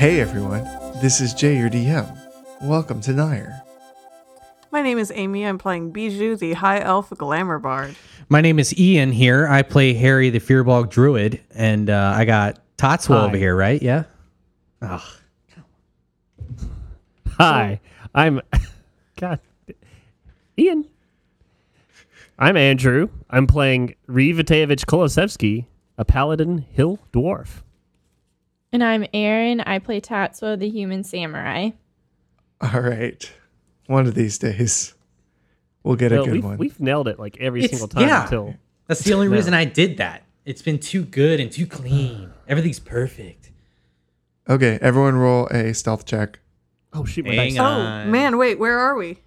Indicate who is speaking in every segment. Speaker 1: Hey everyone, this is Jay, your DM. Welcome to Nair.
Speaker 2: My name is Amy. I'm playing Bijou, the High Elf Glamour Bard.
Speaker 3: My name is Ian here. I play Harry the Fearbog Druid, and uh, I got Totswell over here, right? Yeah. Ugh.
Speaker 4: Hi, I'm God, Ian. I'm Andrew. I'm playing Rivatevich Kolosevsky, a paladin hill dwarf.
Speaker 5: And I'm Erin. I play Tatsuo, the human samurai.
Speaker 1: All right, one of these days we'll get
Speaker 4: Well,
Speaker 1: a good
Speaker 4: we've,
Speaker 1: one.
Speaker 4: we've nailed it like every
Speaker 3: It's-
Speaker 4: single time
Speaker 3: yeah.
Speaker 4: until
Speaker 3: That's the only reason I did that. It's been too good and too clean. Everything's perfect.
Speaker 1: Okay, everyone, roll a stealth check.
Speaker 4: oh shoot, my
Speaker 3: Hang
Speaker 4: dice.
Speaker 2: Oh, man, wait, where are we?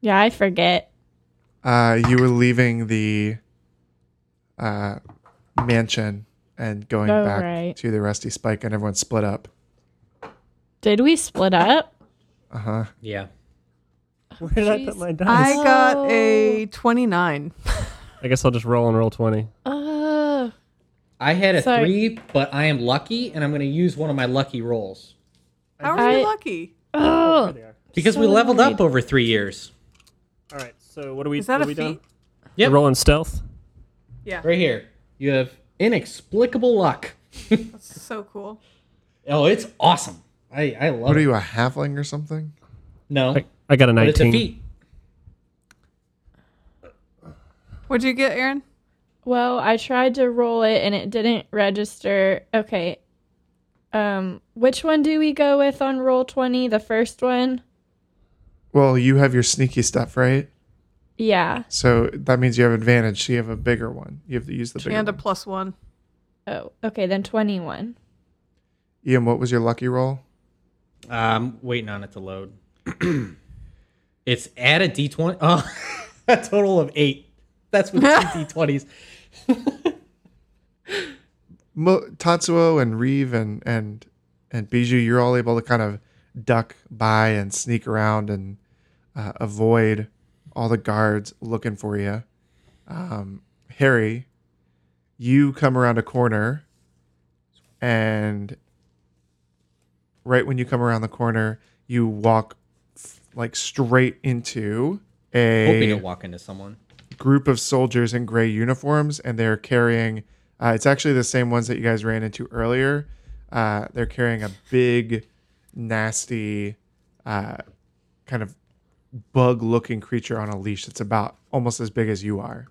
Speaker 5: Yeah, I forget.
Speaker 1: Uh, you were leaving the uh, mansion and going
Speaker 5: Oh,
Speaker 1: back
Speaker 5: right.
Speaker 1: to the Rusty Spike, and everyone split up.
Speaker 5: Did we split up?
Speaker 1: Uh huh.
Speaker 3: Yeah.
Speaker 4: Where did I put
Speaker 5: Jeez.
Speaker 4: my dice?
Speaker 2: I got a 29.
Speaker 4: I guess I'll just roll and roll twenty.
Speaker 5: Oh,
Speaker 6: I had a
Speaker 5: So-
Speaker 6: three, but I am lucky, and I'm going to use one of my lucky rolls
Speaker 2: How are you
Speaker 5: I-
Speaker 2: lucky?
Speaker 5: oh,
Speaker 6: because we leveled up over three years.
Speaker 4: All right, so what are we?
Speaker 2: Is that
Speaker 4: what
Speaker 2: a
Speaker 4: are we done?
Speaker 2: feat?
Speaker 6: Yep.
Speaker 4: We're rolling stealth.
Speaker 6: Right here, you have inexplicable luck.
Speaker 2: That's so cool.
Speaker 6: Oh, it's awesome. I I love
Speaker 1: What are
Speaker 6: it.
Speaker 1: you, a halfling or something?
Speaker 6: no,
Speaker 4: I, I got a
Speaker 6: but it's
Speaker 4: nineteen.
Speaker 6: a feat.
Speaker 2: What'd you get, Aaron?
Speaker 5: well, I tried to roll it and it didn't register. Okay. Um, which one do we go with on roll 20? The first one?
Speaker 1: Well, you have your sneaky stuff, right?
Speaker 5: Yeah.
Speaker 1: So that means you have advantage. So you have a bigger one. You have to use the bigger.
Speaker 2: And a
Speaker 1: one.
Speaker 2: plus one.
Speaker 5: Oh, okay, then 21.
Speaker 1: Ian, what was your lucky roll?
Speaker 6: Uh, I'm waiting on it to load. it's at a d20. Oh, a total of eight. That's with two d20s.
Speaker 1: Mo- Tatsuo and Reeve and and and Bijou, you're all able to kind of duck by and sneak around and uh, avoid all the guards looking for you. Um, Harry, you come around a corner, and right when you come around the corner, you walk f- like straight into a
Speaker 6: Hoping to walk into someone.
Speaker 1: group of soldiers in gray uniforms, and they're carrying. Uh, it's actually the same ones that you guys ran into earlier. Uh, they're carrying a big, nasty, uh, kind of bug-looking creature on a leash that's about almost as big as you are.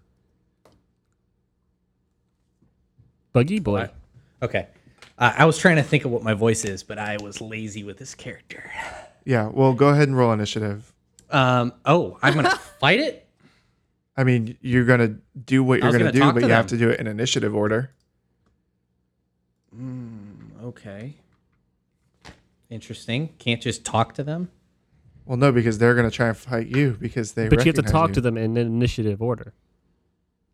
Speaker 4: Buggy boy.
Speaker 6: Okay. Uh, I was trying to think of what my voice is, but I was lazy with this character.
Speaker 1: Yeah. Well, go ahead and roll initiative.
Speaker 6: Um. Oh, I'm gonna fight it.
Speaker 1: I mean, you're gonna do what
Speaker 6: I
Speaker 1: you're
Speaker 6: was
Speaker 1: gonna,
Speaker 6: gonna talk
Speaker 1: do, but
Speaker 6: to
Speaker 1: you have to
Speaker 6: them.
Speaker 1: do it in initiative order.
Speaker 6: Okay. Interesting. Can't just talk to them.
Speaker 1: Well, no, because they're gonna try and fight you because they.
Speaker 4: But you have to
Speaker 1: recognize
Speaker 4: talk
Speaker 1: you.
Speaker 4: to them in an initiative order.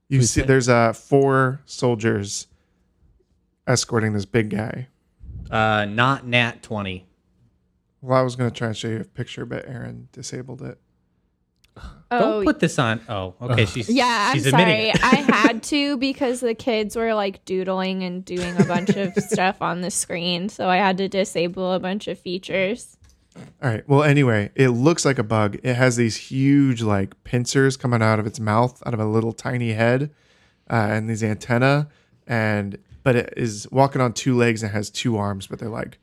Speaker 1: You see, there's uh four soldiers escorting this big guy.
Speaker 6: Uh, not nat twenty.
Speaker 1: Well, I was gonna try and show you a picture, but Aaron disabled it.
Speaker 5: Oh,
Speaker 6: Don't put this on. Oh, okay. She's
Speaker 5: yeah, I'm
Speaker 6: She's admitting
Speaker 5: sorry.
Speaker 6: it.
Speaker 5: I had to because the kids were like doodling and doing a bunch of stuff on the screen, so I had to disable a bunch of features.
Speaker 1: All right. Well, anyway, it looks like a bug. It has these huge like pincers coming out of its mouth, out of a little tiny head, uh, and these antenna. and but it is walking on two legs and has two arms, but they're like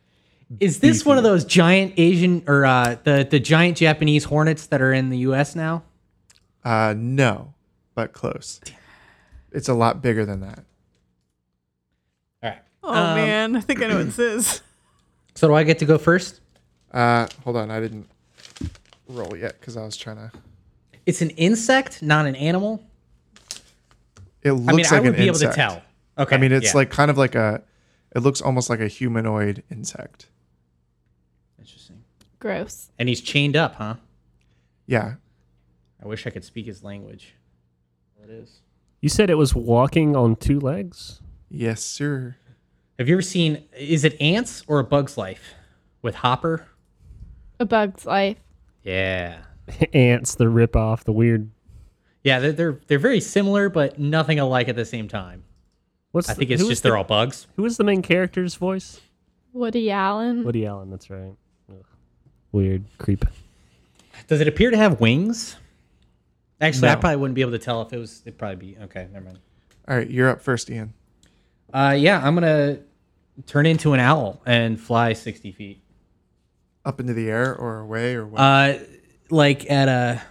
Speaker 6: Is this one of those giant Asian or uh, the the giant Japanese hornets that are in the U.S. now?
Speaker 1: uh no, but close. It's a lot bigger than that.
Speaker 6: All right.
Speaker 2: Oh man, I think I know what this is.
Speaker 6: So do I get to go first?
Speaker 1: Uh hold on, I didn't roll yet cuz I was trying to
Speaker 6: It's an insect, not an animal.
Speaker 1: It looks
Speaker 6: I mean,
Speaker 1: like
Speaker 6: I would
Speaker 1: an
Speaker 6: be able
Speaker 1: insect.
Speaker 6: to tell. Okay.
Speaker 1: I mean, it's
Speaker 6: yeah.
Speaker 1: like kind of like a it looks almost like a humanoid insect.
Speaker 6: interesting.
Speaker 5: Gross.
Speaker 6: And he's chained up, huh?
Speaker 1: Yeah.
Speaker 6: I wish I could speak his language. It is.
Speaker 4: You said it was walking on two legs?
Speaker 1: Yes, sir.
Speaker 6: Have you ever seen? Is it ants or a bug's life with Hopper?
Speaker 5: A bug's life.
Speaker 6: Yeah.
Speaker 4: Ants, the ripoff, the weird.
Speaker 6: Yeah, they're they're, they're very similar, but nothing alike at the same time.
Speaker 4: What's
Speaker 6: I
Speaker 4: the-
Speaker 6: think it's
Speaker 4: who is
Speaker 6: just
Speaker 4: the,
Speaker 6: they're all bugs.
Speaker 4: Who is the main character's voice?
Speaker 5: Woody Allen.
Speaker 4: Woody Allen, that's right. Ugh. Weird creep.
Speaker 6: Does it appear to have wings? Actually, I
Speaker 1: No.
Speaker 6: probably wouldn't be able to tell if it was. It'd probably be okay. Never mind.
Speaker 1: All right, you're up first, Ian.
Speaker 6: Uh, yeah, I'm gonna turn into an owl and fly sixty feet.
Speaker 1: Up into the air or away or what?
Speaker 6: Uh, like at a.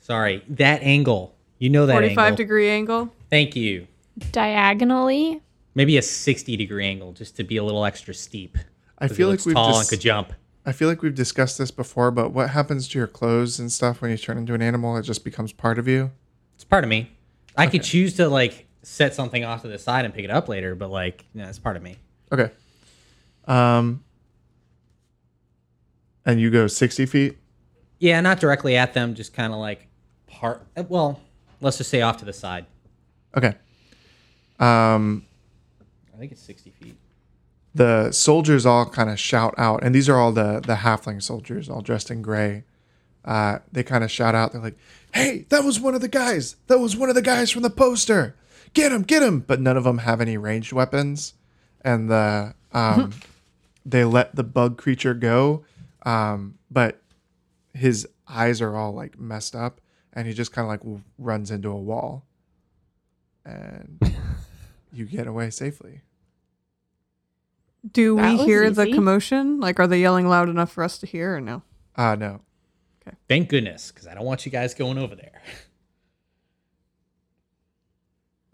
Speaker 6: Sorry, that angle. You know that
Speaker 2: Forty-five
Speaker 6: angle.
Speaker 2: degree angle.
Speaker 6: Thank you.
Speaker 5: Diagonally.
Speaker 6: Maybe a sixty degree angle, just to be a little extra steep.
Speaker 1: I
Speaker 6: 'Cause it
Speaker 1: feel like
Speaker 6: looks
Speaker 1: we've
Speaker 6: tall
Speaker 1: dis-
Speaker 6: and could jump.
Speaker 1: I feel like we've discussed this before, but what happens to your clothes and stuff when you turn into an animal? It just becomes part of you.
Speaker 6: It's part of me. I could choose to like set something off to the side and pick it up later, but like, you know, it's part of me.
Speaker 1: Okay. Um. And you go sixty feet.
Speaker 6: Yeah, not directly at them, just kind of like part. Well, let's just say off to the side.
Speaker 1: Okay. Um.
Speaker 6: I think it's sixty feet.
Speaker 1: the soldiers all kind of shout out, and these are all the the halfling soldiers, all dressed in gray. Uh, they kind of shout out. They're like, "Hey, that was one of the guys. That was one of the guys from the poster. Get him, get him!" But none of them have any ranged weapons, and the um, they let the bug creature go, um, but his eyes are all like messed up, and he just kind of like w- runs into a wall, and you get away safely.
Speaker 2: Do
Speaker 5: That
Speaker 2: we
Speaker 5: was
Speaker 2: hear the
Speaker 5: easy.
Speaker 2: commotion? Like, are they yelling loud enough for us to hear or no?
Speaker 1: Ah, no.
Speaker 6: Thank goodness, because I don't want you guys going over there.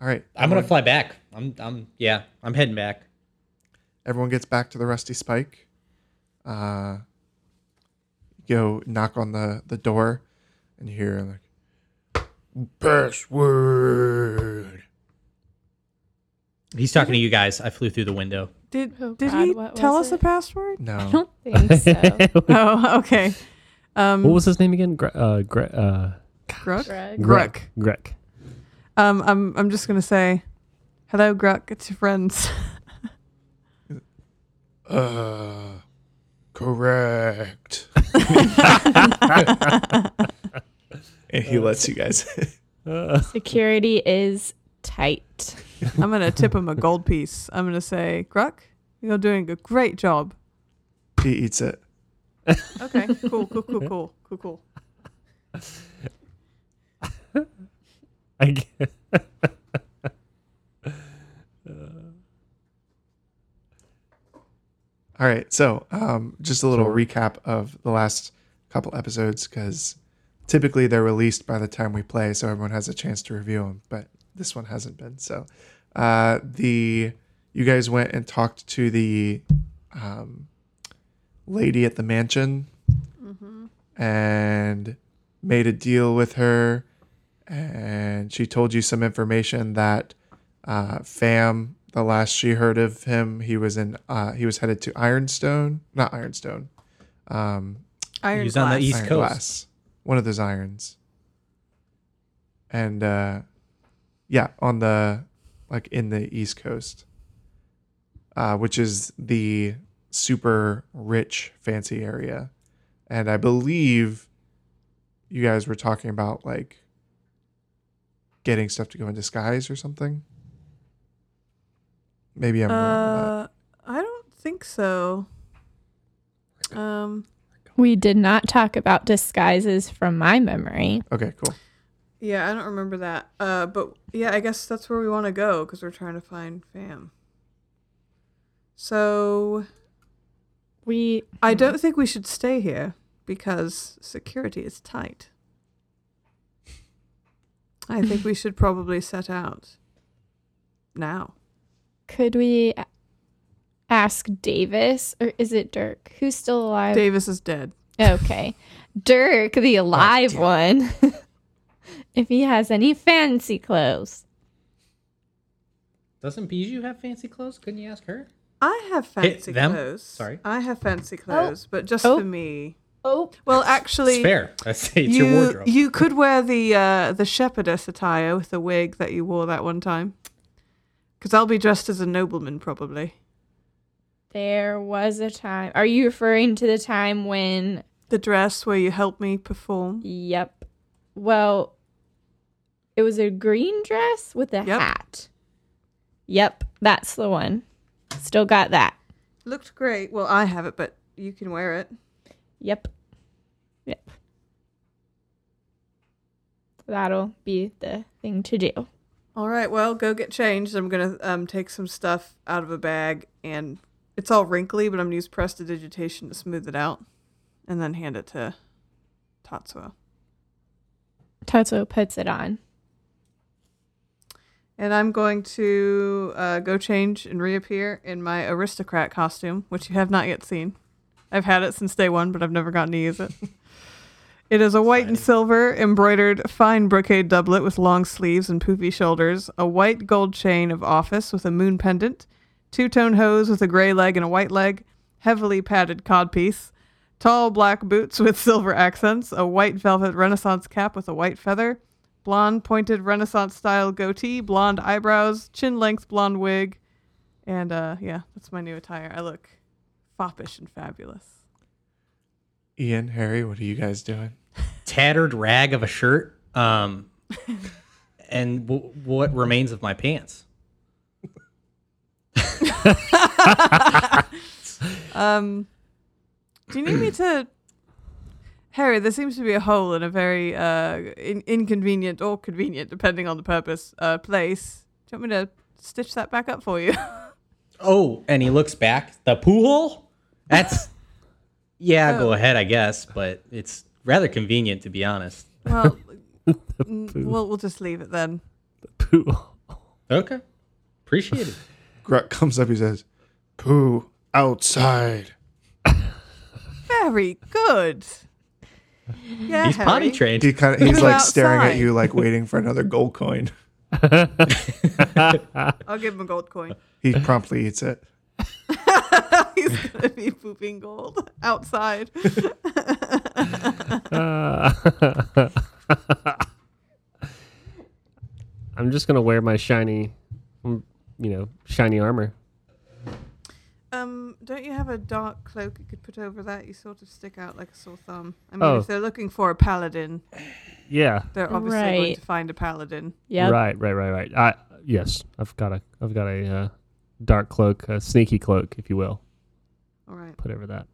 Speaker 1: All right.
Speaker 6: I'm gonna fly back. I'm, I'm, yeah, I'm heading back.
Speaker 1: Everyone gets back to the rusty spike. Uh, go knock on the, the door and you hear like password.
Speaker 6: He's talking to you guys. I flew through the window.
Speaker 2: Did
Speaker 5: Oh,
Speaker 2: did
Speaker 5: God,
Speaker 2: he
Speaker 5: what
Speaker 2: tell
Speaker 5: was
Speaker 2: us the
Speaker 5: it?
Speaker 2: password?
Speaker 5: I
Speaker 1: No.
Speaker 5: don't think so.
Speaker 4: what
Speaker 2: oh, okay. Um,
Speaker 4: was his name again? Gre- uh, Gre- uh,
Speaker 2: Gruck?
Speaker 5: Greg.
Speaker 2: Gruck.
Speaker 4: Greg.
Speaker 2: Um, I'm I'm just gonna say, hello, Gruck. It's your friends.
Speaker 1: Uh, correct. and he lets you guys.
Speaker 5: Security is tight.
Speaker 2: I'm gonna tip him a gold piece. I'm gonna say, Gruck, you're doing a great job.
Speaker 1: he eats it.
Speaker 2: Okay, cool, cool, cool, cool, cool, cool.
Speaker 4: I g-
Speaker 1: All right. So, um, just a little
Speaker 4: So-
Speaker 1: recap of the last couple episodes because typically they're released by the time we play, so everyone has a chance to review them. But this one hasn't been. So, uh, the you guys went and talked to the um, lady at the mansion and made a deal with her, and she told you some information that uh, Fam. The last she heard of him, he was in. Uh, he was headed to Ironstone, not Ironstone. Um,
Speaker 2: Iron
Speaker 6: He's on the east
Speaker 1: iron
Speaker 6: coast.
Speaker 1: glass, one of those irons. And uh, yeah, on the like in the East Coast, uh, which is the super rich, fancy area, and I believe you guys were talking about like getting stuff to go in disguise or something. Maybe I'm wrong. on that.
Speaker 2: Uh, I don't think so. Um,
Speaker 5: We did not talk about disguises from my memory.
Speaker 1: Okay, cool.
Speaker 2: Yeah, I don't remember that. Uh, but yeah, I guess that's where we want to go because we're trying to find fam. So
Speaker 5: We
Speaker 2: I
Speaker 6: Mm.
Speaker 2: don't think we should stay here because security is tight. I think we should probably set out now.
Speaker 5: could we a- ask Davis or is it Dirk? Who's still
Speaker 6: Oh.
Speaker 5: alive?
Speaker 2: Davis is dead.
Speaker 5: Okay. Dirk, the alive one. if he has any fancy clothes.
Speaker 6: Doesn't Bijou have fancy clothes? Couldn't you ask her?
Speaker 2: I have
Speaker 6: Hit
Speaker 2: fancy
Speaker 6: them?
Speaker 2: clothes.
Speaker 6: Sorry.
Speaker 2: I have fancy clothes, but just
Speaker 5: Oh.
Speaker 2: for me.
Speaker 5: Oh.
Speaker 2: Well,
Speaker 6: It's
Speaker 2: actually,
Speaker 6: fair. I say it's
Speaker 2: you,
Speaker 6: your wardrobe.
Speaker 2: You could wear the uh, the shepherdess attire with the wig that you wore that one time. Because I'll be dressed as a nobleman, probably.
Speaker 5: There was a time. Are you referring to the time when
Speaker 2: The dress where you helped me perform.
Speaker 5: Yep. Well, it was a green dress with a
Speaker 2: Yep.
Speaker 5: hat. Yep, that's the one. Still got that.
Speaker 2: Looked great. Well, I have it, but you can wear it.
Speaker 5: Yep. Yep. That'll be the thing to do.
Speaker 2: All right, well, go get changed. I'm going to um, take some stuff out of a bag, and it's all wrinkly, but I'm going to use prestidigitation to smooth it out and then hand it to Tatsuo.
Speaker 5: Toto puts it on.
Speaker 2: And I'm going to uh, go change and reappear in my aristocrat costume, which you have not yet seen. I've had it since day one, but I've never gotten to use it. it is a white and silver embroidered fine brocade doublet with long sleeves and poofy shoulders, a white gold chain of office with a moon pendant, two tone hose with a gray leg and a white leg, heavily padded codpiece, tall black boots with silver accents, a white velvet renaissance cap with a white feather, blonde pointed renaissance style goatee, blonde eyebrows, chin length blonde wig, and uh yeah, that's my new attire. I look foppish and fabulous.
Speaker 1: Ian, Harry, what are you guys doing?
Speaker 6: tattered rag of a shirt um, and w- what remains of my pants.
Speaker 2: Um do you need me to Harry, there seems to be a hole in a very uh in- inconvenient or convenient depending on the purpose uh place. Do you want me to stitch that back up for you?
Speaker 6: Oh, and he looks back. The poo hole? That's, yeah, go ahead, I guess, but it's rather convenient, to be honest.
Speaker 2: well, n- we'll we'll just leave it then.
Speaker 4: Poo.
Speaker 6: Okay. Appreciate it.
Speaker 1: Grunt comes up. He says, "Poo outside."
Speaker 2: Very good. Yeah,
Speaker 6: He's potty
Speaker 2: Harry.
Speaker 6: trained.
Speaker 1: He kind of he's
Speaker 2: Poo
Speaker 1: like staring at
Speaker 2: outside.
Speaker 1: you, like waiting for another gold coin.
Speaker 2: I'll give him a gold coin.
Speaker 1: He promptly eats it.
Speaker 2: He's gonna be pooping gold outside.
Speaker 4: Uh, I'm just gonna wear my shiny, mm, you know, shiny armor.
Speaker 2: Um, don't you have a dark cloak you could put over that? You sort of stick out like a sore thumb. I mean,
Speaker 4: Oh.
Speaker 2: if they're looking for a paladin,
Speaker 4: Yeah.
Speaker 2: they're obviously going
Speaker 5: Right.
Speaker 2: to find a paladin.
Speaker 5: Yep.
Speaker 4: Right. Right. Right. Right. I yes. I've got a. I've got a uh, dark cloak, a sneaky cloak, if you will.
Speaker 2: All right.
Speaker 4: Put over that.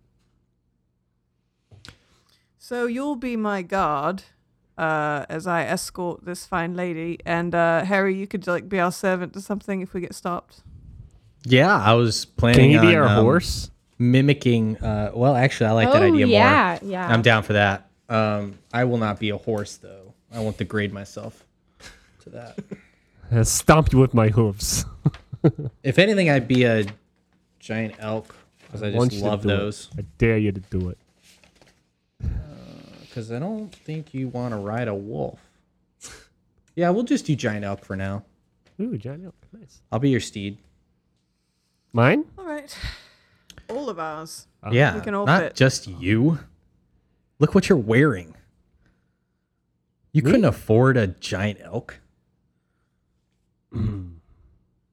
Speaker 2: So you'll be my guard, uh, as I escort this fine lady. And uh, Harry, you could like be our servant or something if we get stopped.
Speaker 6: yeah, I was
Speaker 4: Can
Speaker 6: planning
Speaker 4: you be
Speaker 6: on,
Speaker 4: our
Speaker 6: um,
Speaker 4: horse?
Speaker 6: mimicking. Uh, well, actually, I like that
Speaker 5: Oh,
Speaker 6: idea
Speaker 5: yeah,
Speaker 6: more.
Speaker 5: yeah.
Speaker 6: I'm down for that. Um, I will not be a horse, though. I won't degrade myself to that.
Speaker 4: I stomp you with my hooves.
Speaker 6: If anything, I'd be a giant elk because I
Speaker 4: want
Speaker 6: just
Speaker 4: you to
Speaker 6: love
Speaker 4: do it.
Speaker 6: those.
Speaker 4: I dare you to do it.
Speaker 6: Because I don't think you want to ride a wolf. yeah, we'll just do giant elk for now.
Speaker 4: Ooh, giant elk. Nice.
Speaker 6: I'll be your steed.
Speaker 4: Mine?
Speaker 2: All right. All of ours.
Speaker 6: yeah,
Speaker 2: We can all
Speaker 6: not
Speaker 2: fit.
Speaker 6: just you. Look what you're wearing. You couldn't afford a giant elk.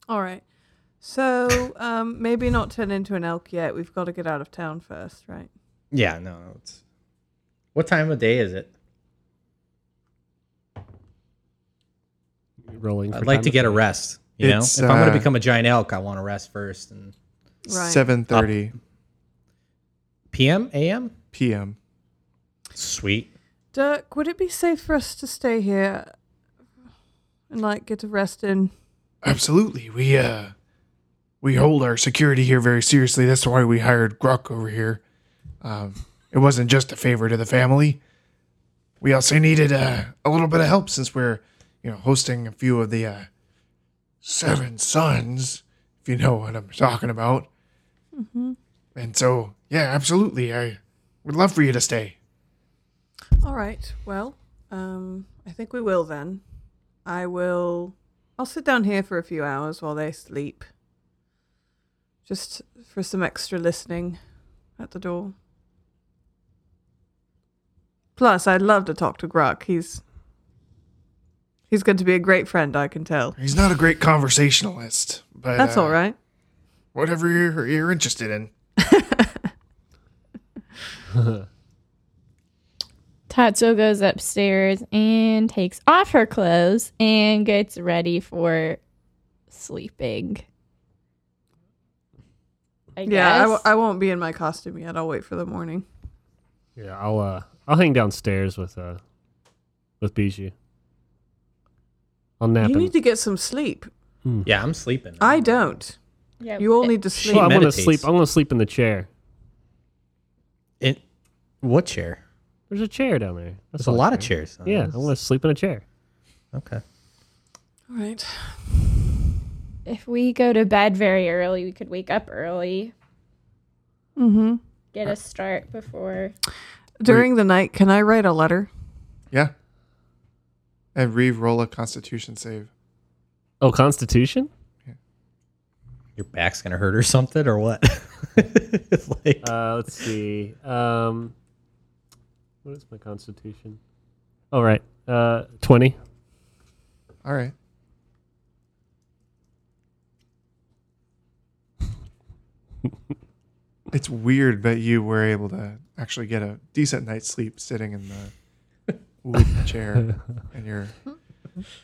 Speaker 2: All right. So um, maybe not turn into an elk yet. We've got to get out of town first, right?
Speaker 6: Yeah, no, no, it's. What time of day is it?
Speaker 4: Rolling.
Speaker 6: I'd
Speaker 4: for
Speaker 6: like to
Speaker 4: time
Speaker 6: get a
Speaker 4: of-
Speaker 6: rest. You know,
Speaker 1: It's,
Speaker 6: if I'm going
Speaker 1: uh,
Speaker 6: to become a giant elk, I want to rest first. And
Speaker 2: Right.
Speaker 1: Seven thirty
Speaker 6: PM, AM,
Speaker 1: p.m.
Speaker 6: sweet.
Speaker 2: Dirk, would it be safe for us to stay here and like get to rest in.
Speaker 1: Absolutely. We uh we hold our security here very seriously. That's why we hired Gruck over here. Um, it wasn't just a favor to the family. We also needed uh, a little bit of help since we're, you know, hosting a few of the uh, Seven Sons, if you know what I'm talking about.
Speaker 2: Mm-hmm.
Speaker 1: And so, yeah, absolutely. I would love for you to stay.
Speaker 2: All right. Well, um, I think we will then. I will. I'll sit down here for a few hours while they sleep. Just for some extra listening at the door. Plus, I'd love to talk to Gruck. He's he's going to be a great friend. I can tell.
Speaker 1: He's not a great conversationalist, but
Speaker 2: That's
Speaker 1: uh,
Speaker 2: all right.
Speaker 1: Whatever you're, you're interested in.
Speaker 5: Tatsuo goes upstairs and takes off her clothes and gets ready for sleeping. I guess.
Speaker 2: Yeah, I, w- I won't be in my costume yet. I'll wait for the morning.
Speaker 4: Yeah, I'll uh, I'll hang downstairs with uh, with Bijou. I'll nap.
Speaker 2: You
Speaker 4: and-
Speaker 2: need to get some sleep.
Speaker 6: Yeah, I'm sleeping.
Speaker 2: I don't.
Speaker 5: Yeah,
Speaker 2: You all
Speaker 5: it-
Speaker 2: need to
Speaker 4: well,
Speaker 2: sleep.
Speaker 4: I want to
Speaker 6: meditates.
Speaker 4: sleep. I want to sleep in the chair.
Speaker 6: In what chair?
Speaker 4: There's a chair down there. That's
Speaker 6: There's a
Speaker 4: all I
Speaker 6: lot of
Speaker 4: care.
Speaker 6: chairs. on
Speaker 4: Yeah,
Speaker 6: this.
Speaker 4: I want to sleep in a chair.
Speaker 6: Okay.
Speaker 2: All right.
Speaker 5: If we go to bed very early, we could wake up early,
Speaker 2: Mm-hmm.
Speaker 5: get a start before.
Speaker 2: During the night, can I write a letter?
Speaker 1: Yeah. And Reeve roll a constitution save.
Speaker 4: Oh, Constitution.
Speaker 6: Your back's gonna hurt or something or what? It's like
Speaker 4: Uh, let's see. Um, what is my Constitution? All right. Uh, twenty.
Speaker 1: All right. it's weird that you were able to actually get a decent night's sleep sitting in the wooden chair and your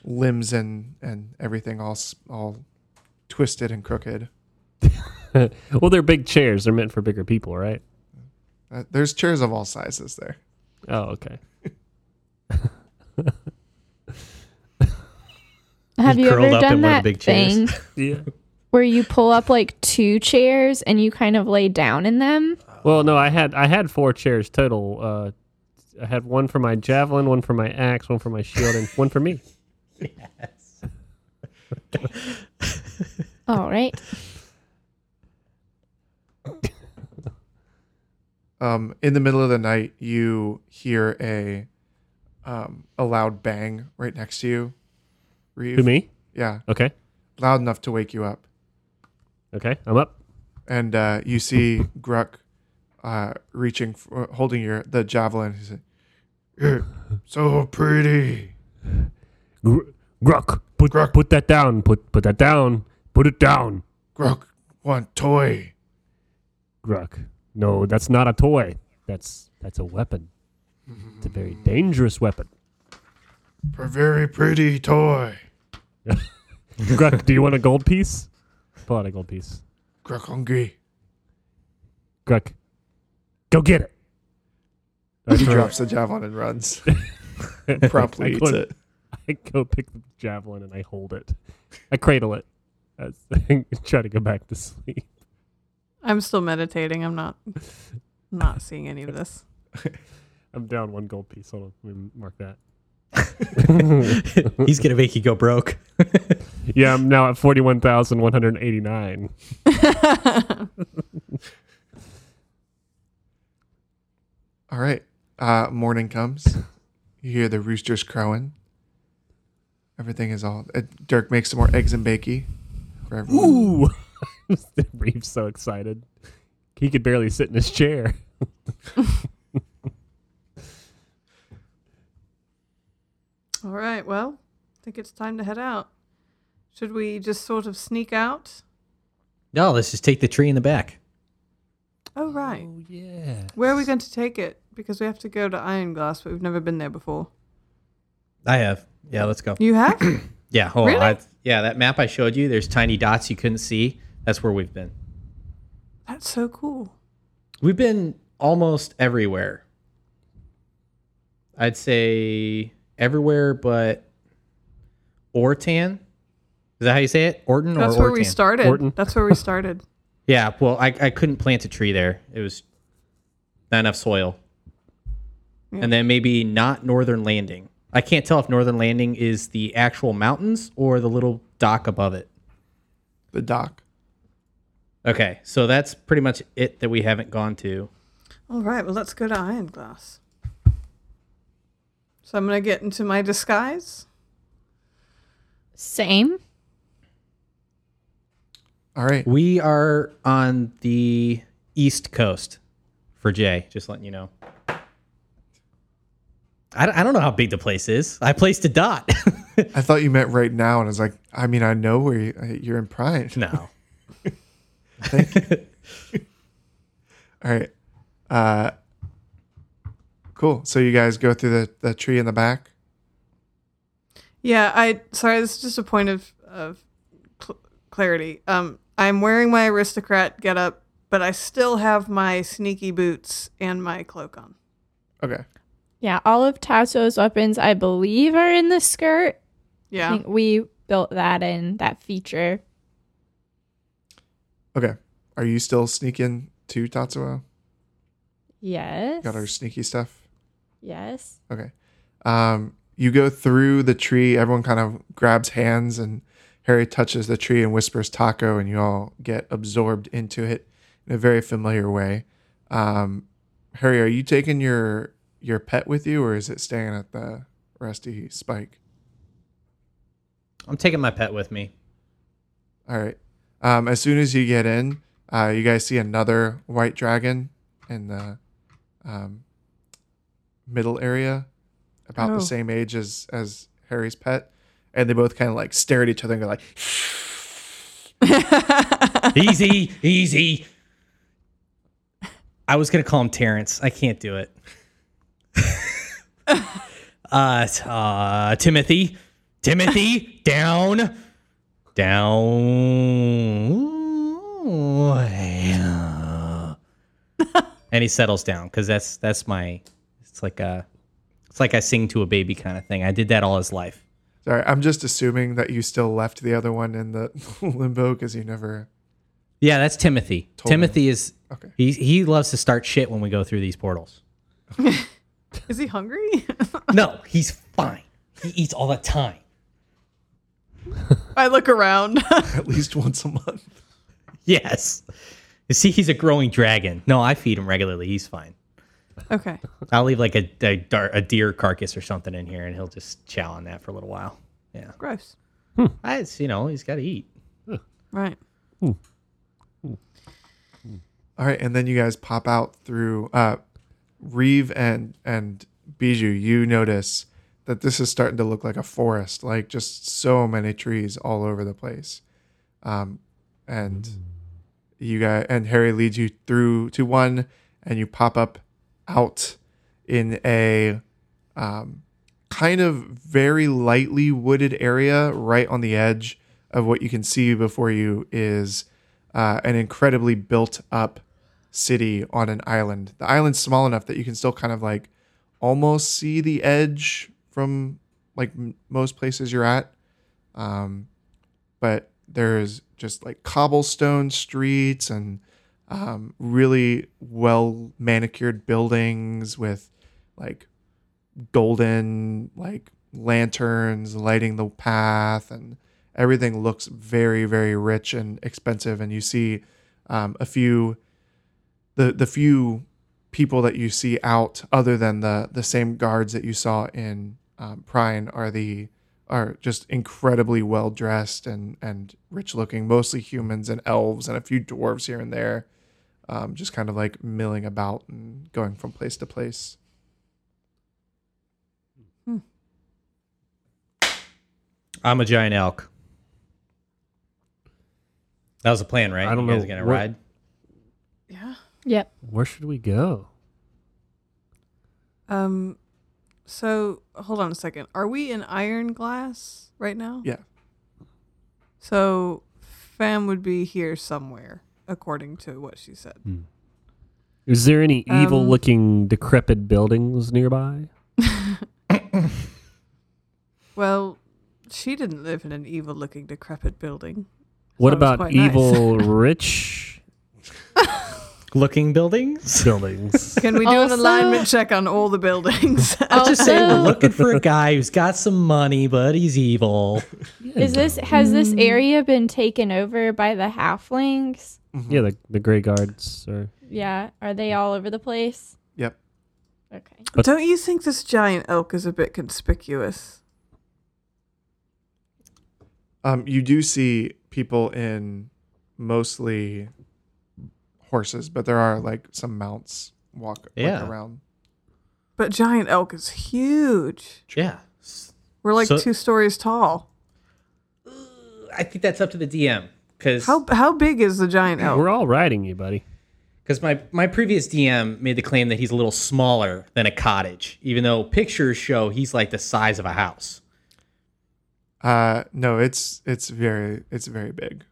Speaker 1: limbs and, and everything all s- all twisted and crooked.
Speaker 4: Well, they're big chairs. They're meant for bigger people, right?
Speaker 1: Uh, there's chairs of all sizes there.
Speaker 4: Oh, okay.
Speaker 5: Have you
Speaker 6: curled up
Speaker 5: ever
Speaker 6: in
Speaker 5: done
Speaker 6: one
Speaker 5: that
Speaker 6: of the big chairs.
Speaker 5: thing
Speaker 4: Yeah.
Speaker 5: where you pull up like two chairs and you kind of lay down in them?
Speaker 4: Well,
Speaker 1: Um,
Speaker 4: no, I had I had four chairs total. Uh, I had one for my javelin, one for my axe, one for my shield, and one for me.
Speaker 5: All right.
Speaker 1: Um, in the middle of the night, you hear a um, a loud bang right next to you. Reeve.
Speaker 4: To me.
Speaker 1: Yeah,
Speaker 4: Okay.
Speaker 1: loud enough to wake you up.
Speaker 4: Okay. I'm up.
Speaker 1: and uh, you see Gruck uh, reaching, for, holding your the javelin. He's like, "You're so pretty.
Speaker 4: Gr- Gruck, put
Speaker 1: Gruck.
Speaker 4: put that down. Put put that down. Put it down.
Speaker 1: Gruck, want toy?
Speaker 4: Gruck. No, that's not a toy. That's that's a weapon. It's a very dangerous weapon.
Speaker 1: A very pretty toy.
Speaker 4: Gruck, do you want a gold piece? Pull out a gold piece.
Speaker 1: Gruck hungry."
Speaker 4: Gruck, go get it. I
Speaker 1: He
Speaker 4: throw-
Speaker 1: drops the javelin and runs. Promptly
Speaker 4: I
Speaker 1: eats
Speaker 4: go,
Speaker 1: it.
Speaker 4: I go pick the javelin and I hold it. I cradle it. As I try to go back to sleep.
Speaker 2: I'm still meditating. I'm not not seeing any of this.
Speaker 4: I'm down one gold piece. Hold on, let me mark that.
Speaker 6: He's gonna make you go broke.
Speaker 4: Yeah, I'm now at forty-one thousand one hundred eighty-nine.
Speaker 1: All right. Uh, morning comes. You hear the roosters crowing. Everything is all. Uh, Dirk makes some more eggs and bakey for everyone.
Speaker 4: Ooh, Reeve's so excited. He could barely sit in his chair.
Speaker 2: All right. Well, I think it's time to head out. Should we just sort of sneak out?
Speaker 6: No, let's just take the tree in the back.
Speaker 2: Oh right.
Speaker 4: yeah.
Speaker 2: Where are we going to take it? Because we have to go to Iron Glass, but we've never been there before.
Speaker 6: I have. Yeah, let's go.
Speaker 2: You have?
Speaker 6: Yeah, hold
Speaker 2: Really?
Speaker 6: on. I, yeah, that map I showed you, there's tiny dots you couldn't see. That's where we've been.
Speaker 2: That's so cool.
Speaker 6: We've been almost everywhere. I'd say everywhere but Ortan. Is that how you say it? Orton
Speaker 2: That's
Speaker 6: or
Speaker 2: where
Speaker 6: Ortan?
Speaker 2: we started.
Speaker 4: Orton.
Speaker 2: That's where we started.
Speaker 6: Yeah, well, I, I couldn't plant a tree there. It was not enough soil. And then maybe not Northern Landing. I can't tell if Northern Landing is the actual mountains or the little dock above it.
Speaker 1: The dock.
Speaker 6: Okay, so that's pretty much it that we haven't gone to.
Speaker 2: All right, well, let's go to Ironglass. So I'm going to get into my disguise.
Speaker 5: Same.
Speaker 1: All right.
Speaker 6: We are on the East Coast for Jay, just letting you know. I don't, I don't know how big the place is. I placed a dot.
Speaker 1: I thought you meant right now, and I was like, I mean, I know where you, uh, you're in Prime.
Speaker 6: no.
Speaker 1: All right. Uh, cool. So you guys go through the, the tree in the back.
Speaker 2: Yeah, I sorry. This is just a point of of cl- clarity. Um, I'm wearing my aristocrat getup, but I still have my sneaky boots and my cloak on.
Speaker 1: Okay.
Speaker 5: Yeah, all of Tatsuo's weapons, I believe, are in the skirt. I
Speaker 2: Yeah,
Speaker 5: think we built that in, that feature.
Speaker 1: Okay. Are you still sneaking to Tatsuo?
Speaker 5: Yes.
Speaker 1: Got our sneaky stuff.
Speaker 5: Yes.
Speaker 1: Okay. Um, you go through the tree. Everyone kind of grabs hands, and Harry touches the tree and whispers taco, and you all get absorbed into it in a very familiar way. Um, Harry, are you taking your your pet with you, or is it staying at the Rusty Spike?
Speaker 6: I'm taking my pet with me.
Speaker 1: All right. Um, as soon as you get in, uh, you guys see another white dragon in the um, middle area, about
Speaker 2: Oh.
Speaker 1: the same age as as Harry's pet, and they both kind of like stare at each other and go like,
Speaker 6: easy, easy. I was gonna call him Terrence. I can't do it. uh, t- uh, Timothy, Timothy, down, down. and he settles down because that's that's my. It's like a, it's like I sing to a baby kind of thing. I did that all his life.
Speaker 1: "Sorry, I'm just assuming that you still left the other one in the limbo because you never."
Speaker 6: Yeah, that's Timothy.
Speaker 1: Totally.
Speaker 6: Timothy is
Speaker 1: Okay.
Speaker 6: he he loves to start shit when we go through these portals.
Speaker 2: is he hungry?
Speaker 6: No, he's fine. He eats all the time.
Speaker 2: I look around.
Speaker 1: At least once a month.
Speaker 6: Yes. You see, he's a growing dragon. No, I feed him regularly. He's fine.
Speaker 2: okay,
Speaker 6: I'll leave like a a, dar- a deer carcass or something in here, and he'll just chow on that for a little while. Yeah,
Speaker 2: gross.
Speaker 6: I, it's, you know, he's got to eat.
Speaker 2: Right.
Speaker 1: All right, and then you guys pop out through uh Reeve and and Bijou, you notice that this is starting to look like a forest, like just so many trees all over the place. Um and you guys and Harry leads you through to one and you pop up out in a um kind of very lightly wooded area right on the edge of what you can see before you is uh, an incredibly built up city on an island. The island's small enough that you can still kind of like almost see the edge from like m- most places you're at. Um, but there's just like cobblestone streets and um, really well manicured buildings with like golden like lanterns lighting the path and everything looks very very rich and expensive and you see um, a few the the few people that you see out other than the the same guards that you saw in um, Prine are the are just incredibly well dressed and and rich looking mostly humans and elves and a few dwarves here and there um, just kind of like milling about and going from place to place
Speaker 6: I'm a giant elk. That was the plan, right?
Speaker 4: I don't
Speaker 6: you guys
Speaker 4: know
Speaker 6: are gonna
Speaker 4: what-
Speaker 6: ride.
Speaker 2: Yeah.
Speaker 5: Yep.
Speaker 4: Where should we go?
Speaker 2: Um. So hold on a second. Are we in Ironglass right now?
Speaker 1: yeah
Speaker 2: So Fam would be here somewhere, according to what she said.
Speaker 4: Is there any
Speaker 2: Um,
Speaker 4: evil-looking, decrepit buildings nearby?
Speaker 2: Well, She didn't live in an evil looking, decrepit building.
Speaker 4: What
Speaker 2: That was
Speaker 4: about
Speaker 2: quite nice.
Speaker 4: evil rich
Speaker 3: Looking buildings.
Speaker 4: buildings?
Speaker 2: Can we do
Speaker 5: Also-
Speaker 2: an alignment check on all the buildings?
Speaker 5: Also,
Speaker 6: Looking for a guy who's got some money, but he's evil.
Speaker 5: is this has this area been taken over by the halflings?
Speaker 4: yeah, the, the Grey Guards. Or,
Speaker 5: Yeah, are they all over the place?
Speaker 1: Yep.
Speaker 5: Okay.
Speaker 4: But-
Speaker 2: Don't you think this giant elk is a bit conspicuous?
Speaker 1: Um, you do see people in mostly horses, but there are like some mounts walk like,
Speaker 6: Yeah.
Speaker 1: around.
Speaker 2: But giant elk is huge.
Speaker 6: Yeah.
Speaker 2: We're like
Speaker 6: So-
Speaker 2: two stories tall.
Speaker 6: I think that's up to the DM because
Speaker 2: How how big is the giant elk?
Speaker 4: We're all riding you, buddy.
Speaker 6: because my my previous DM made the claim that he's a little smaller than a cottage, even though pictures show he's like the size of a house.
Speaker 1: Uh, no, it's it's very it's very big.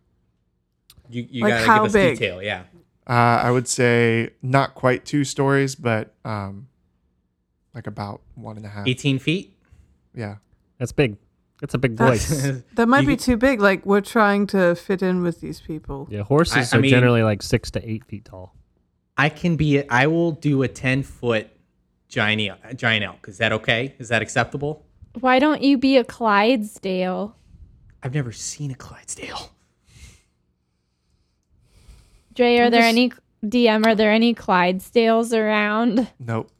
Speaker 6: You you
Speaker 2: Like,
Speaker 6: gotta
Speaker 2: how
Speaker 6: give us
Speaker 2: big?
Speaker 6: detail, yeah.
Speaker 1: Uh, I would say not quite two stories, but um, like about one and a half.
Speaker 6: Eighteen feet.
Speaker 1: Yeah.
Speaker 4: That's big. That's a big voice.
Speaker 2: That might
Speaker 6: You-
Speaker 2: be too big. Like we're trying to fit in with these people.
Speaker 4: yeah, horses
Speaker 6: I- I
Speaker 4: are
Speaker 6: mean-
Speaker 4: generally like six to eight feet tall.
Speaker 6: I can be. a- I will do a ten foot giant el- giant elk. Is that okay? Is that acceptable?
Speaker 5: Why don't you be a Clydesdale?
Speaker 6: I've never seen a Clydesdale.
Speaker 5: Dre, are
Speaker 2: I'm
Speaker 5: there
Speaker 2: just-
Speaker 5: any DM? Are there any Clydesdales around?
Speaker 1: Nope.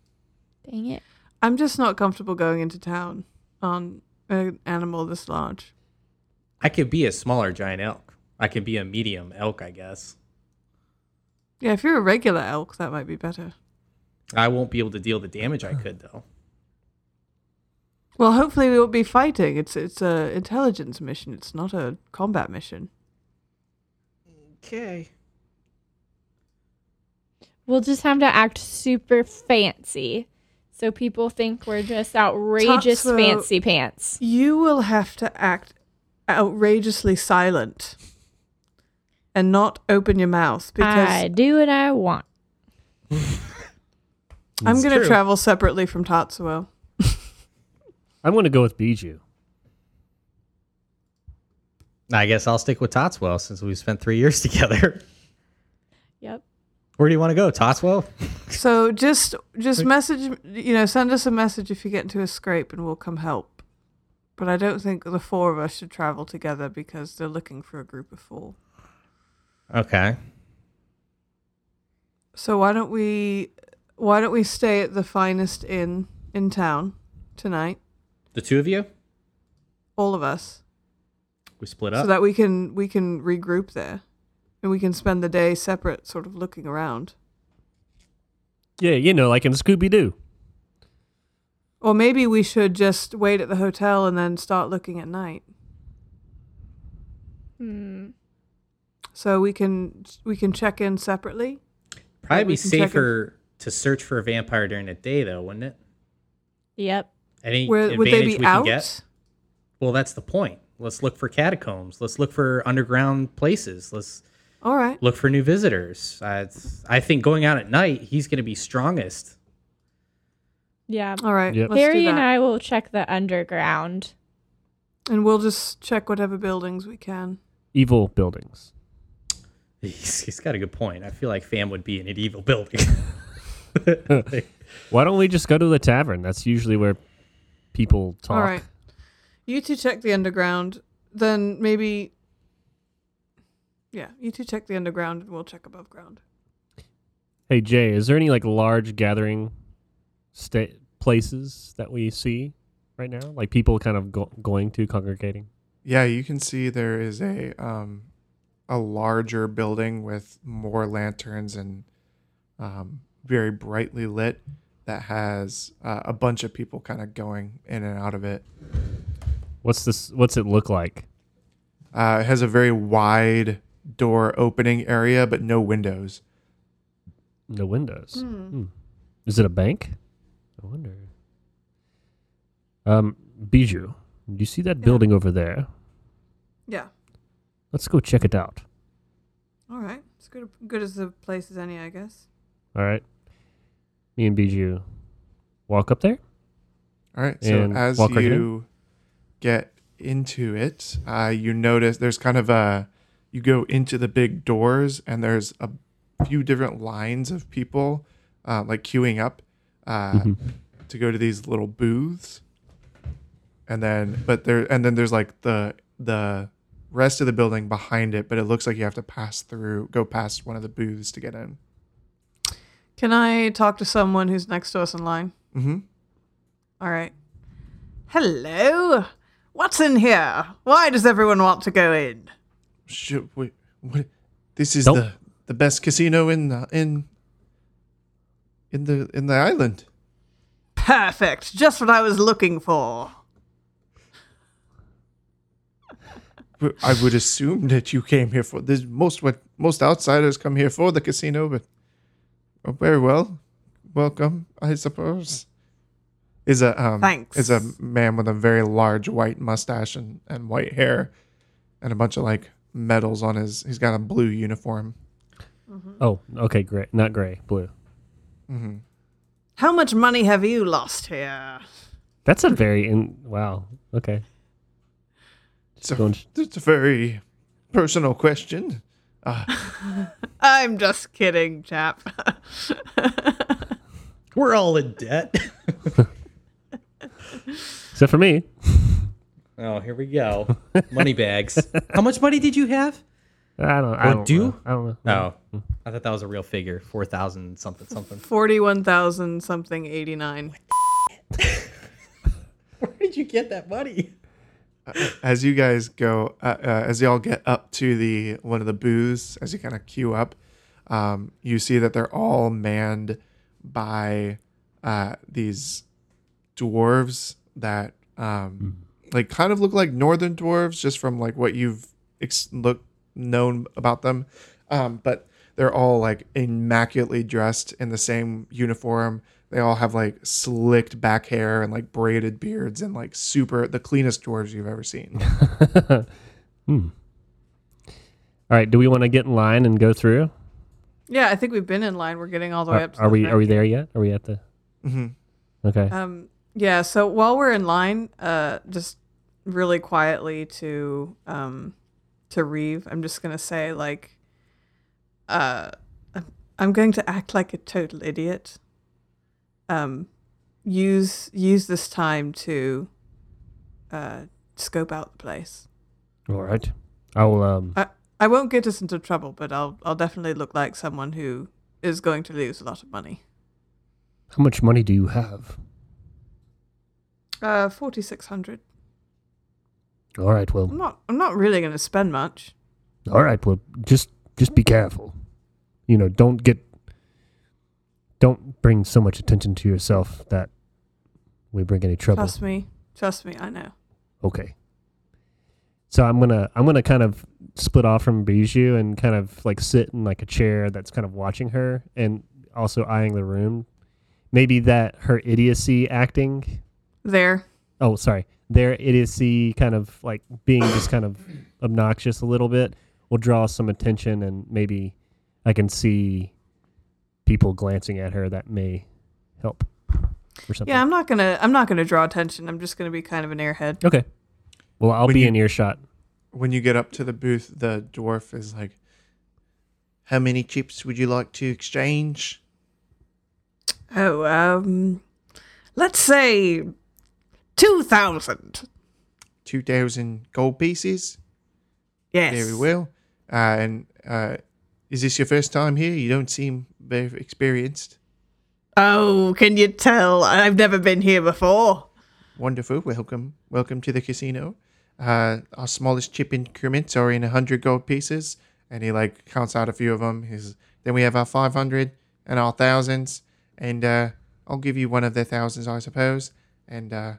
Speaker 5: Dang it!
Speaker 2: I'm just not comfortable going into town on an animal this large.
Speaker 6: I could be a smaller giant elk. I could be a medium elk, I guess.
Speaker 2: Yeah, if you're a regular elk, that might be better.
Speaker 6: I won't be able to deal the damage I could though.
Speaker 2: Well, hopefully we won't be fighting. It's it's a intelligence mission. It's not a combat mission.
Speaker 6: Okay.
Speaker 5: We'll just have to act super fancy, so people think we're just outrageous
Speaker 2: Tatsuo-
Speaker 5: fancy pants.
Speaker 2: You will have to act outrageously silent and not open your mouth
Speaker 5: I
Speaker 2: because
Speaker 5: do what I want.
Speaker 2: I, am going
Speaker 6: true.
Speaker 2: to travel separately from Tatsuo.
Speaker 4: I'm going to go with Bijou.
Speaker 6: I guess I'll stick with Totswell since we spent three years together.
Speaker 5: Yep.
Speaker 6: Where do you want to go, Totswell?
Speaker 2: So just just message, you know, send us a message if you get into a scrape and we'll come help. But I don't think the four of us should travel together because they're looking for a group of four.
Speaker 6: Okay.
Speaker 2: So why don't we why don't we stay at the finest inn in town tonight,
Speaker 6: The two of you?
Speaker 2: all of us,
Speaker 6: We split
Speaker 2: so
Speaker 6: up.
Speaker 2: that we can we can regroup there and we can spend the day separate sort of looking around.
Speaker 4: Yeah, you know, like in Scooby Doo.
Speaker 2: Or maybe we should just wait at the hotel and then start looking at night.
Speaker 5: Hmm.
Speaker 2: So we can we can check in separately.
Speaker 6: Probably
Speaker 2: we
Speaker 6: be
Speaker 2: can check in-
Speaker 6: safer to search for a vampire during the day though, wouldn't it?
Speaker 5: Yep.
Speaker 6: Any
Speaker 2: Where
Speaker 6: advantage
Speaker 2: would they
Speaker 6: we
Speaker 2: be
Speaker 6: can
Speaker 2: out?
Speaker 6: get? Well, that's the point. Let's look for catacombs. Let's look for underground places. Let's
Speaker 2: All right.
Speaker 6: look for new visitors. I, it's- I think going out at night, he's going to be strongest.
Speaker 5: Yeah.
Speaker 2: All right.
Speaker 4: Yep.
Speaker 2: Let's do
Speaker 5: Harry and
Speaker 2: that.
Speaker 5: I will check the underground.
Speaker 2: and we'll just check whatever buildings we can.
Speaker 4: Evil buildings.
Speaker 6: He's, he's got a good point. I feel like Fam would be in an evil building.
Speaker 4: Why don't we just go to the tavern? That's usually where people talk.
Speaker 2: All right. You two check the underground, then maybe. Yeah, you two check the underground and we'll check above ground.
Speaker 4: Hey Jay, is there any like large gathering sta- places that we see right now? Like people kind of go- going to congregating?
Speaker 1: Yeah, you can see there is a um, a larger building with more lanterns and um, very brightly lit that has uh, a bunch of people kind of going in and out of it.
Speaker 4: What's this what's it look like?
Speaker 1: Uh, it has a very wide door opening area, but no windows.
Speaker 4: No windows. Hmm. Is it a bank? I wonder. Um Bijou, do you see that building over there?
Speaker 2: Yeah.
Speaker 4: Let's go check it out.
Speaker 2: All right. It's good, good as the place as any, I guess.
Speaker 4: All right. Me and Bijou walk up there.
Speaker 1: All right.
Speaker 4: And
Speaker 1: so as
Speaker 4: walk right in?
Speaker 1: you get into it, uh, you notice there's kind of a you go into the big doors and there's a few different lines of people uh, like queuing up uh,
Speaker 4: Mm-hmm.
Speaker 1: to go to these little booths, and then but there and then there's like the the rest of the building behind it, but it looks like you have to pass through go past one of the booths to get in.
Speaker 2: Can I talk to someone who's next to us in line?
Speaker 1: Mm-hmm.
Speaker 2: All right. Hello. What's in here? Why does everyone want to go in?
Speaker 1: Should we, what, this is
Speaker 4: Nope.
Speaker 1: the the best casino in the, in in the in the island.
Speaker 2: Perfect. Just what I was looking for.
Speaker 1: But I would assume that you came here for this. Most what most outsiders come here for the casino, but oh, very well, welcome, I suppose. Is a um
Speaker 2: Thanks.
Speaker 1: is a man with a very large white mustache and, and white hair, and a bunch of like medals on his. He's got a blue uniform.
Speaker 4: Oh, okay, gray, not gray, blue.
Speaker 2: How much money have you lost here?
Speaker 4: That's a very in. Wow. Okay.
Speaker 1: It's a,
Speaker 4: Going s-
Speaker 1: it's a very personal question.
Speaker 2: I'm just kidding, chap.
Speaker 6: We're all in debt.
Speaker 4: Except for me.
Speaker 6: oh, here we go. Money bags. How much money did you have?
Speaker 4: I don't. I
Speaker 6: Or
Speaker 4: don't
Speaker 6: do?
Speaker 4: Know. I don't know.
Speaker 6: Oh, I thought that was a real figure. Four thousand something something.
Speaker 2: 41,000 something 89.
Speaker 6: Where did you get that money?
Speaker 1: as you guys go, uh, uh, as y'all get up to the one of the booths, as you kind of queue up, um, you see that they're all manned by uh, these dwarves that um, like kind of look like northern dwarves, just from like what you've ex- look known about them. Um, but they're all like immaculately dressed in the same uniform. They all have like slicked back hair and like braided beards and like super the cleanest dwarves you've ever seen.
Speaker 4: Hmm. All right. Do we want to get in line and go through?
Speaker 2: Yeah, I think we've been in line. We're getting all the way
Speaker 4: Are,
Speaker 2: up to
Speaker 4: are
Speaker 2: the
Speaker 4: we?
Speaker 2: back.
Speaker 4: Are we there yet? Are we at the?
Speaker 1: Mm-hmm.
Speaker 4: Okay.
Speaker 2: Um, yeah, so while we're in line, uh, just really quietly to um, to Reeve, I'm just gonna say like, uh, I'm- I'm going to act like a total idiot. Um, use use this time to uh, scope out the place.
Speaker 4: All right. I'll. Um.
Speaker 2: I I won't get us into trouble, but I'll I'll definitely look like someone who is going to lose a lot of money.
Speaker 4: How much money do you have?
Speaker 2: Uh, forty six hundred.
Speaker 4: All right.
Speaker 2: I'm
Speaker 4: Well.
Speaker 2: not I'm not really going to spend much.
Speaker 4: All right. Well. Just. Just be careful. You know. Don't get. Don't bring so much attention to yourself that we bring any trouble.
Speaker 2: Trust me. Trust me, I know.
Speaker 4: Okay. So I'm gonna I'm gonna kind of split off from Bijou and kind of like sit in like a chair that's kind of watching her and also eyeing the room. Maybe that her idiocy acting.
Speaker 2: There.
Speaker 4: Oh, sorry, their idiocy kind of like being just kind of obnoxious a little bit will draw some attention and maybe I can see people glancing at her that may help or something.
Speaker 2: Yeah, I'm not gonna I'm not gonna draw attention. I'm just gonna be kind of an airhead.
Speaker 4: Okay. Well, I'll
Speaker 1: When
Speaker 4: be
Speaker 1: you-
Speaker 4: in earshot.
Speaker 1: When you get up to the booth, the dwarf is like, "How many chips would you like to exchange?"
Speaker 2: Oh, um let's say two thousand.
Speaker 1: Two thousand gold pieces.
Speaker 2: Yes.
Speaker 1: Very well. Uh, and uh, is this your first time here? You don't seem very experienced.
Speaker 2: Oh, can you tell? I've never been here before.
Speaker 1: Wonderful. Welcome. Welcome to the casino. Uh, our smallest chip increments are in 100 gold pieces. And he like counts out a few of them. He's, then we have our 500 and our thousands. And uh, I'll give you one of the thousands, I suppose. And uh,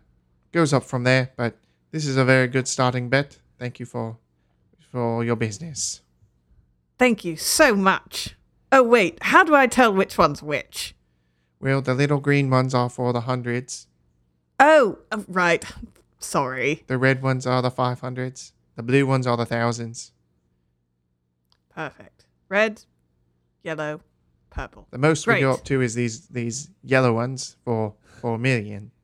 Speaker 1: goes up from there. But this is a very good starting bet. Thank you for for your business.
Speaker 2: Thank you so much. Oh wait, how do I tell which one's which?
Speaker 1: Well, the little green ones are for the hundreds.
Speaker 2: Oh, uh, right. Sorry.
Speaker 1: The red ones are the 500s. The blue ones are the thousands.
Speaker 2: Perfect. Red, yellow, purple.
Speaker 1: The most we go
Speaker 2: Right.
Speaker 1: up to is these these yellow ones for for a million.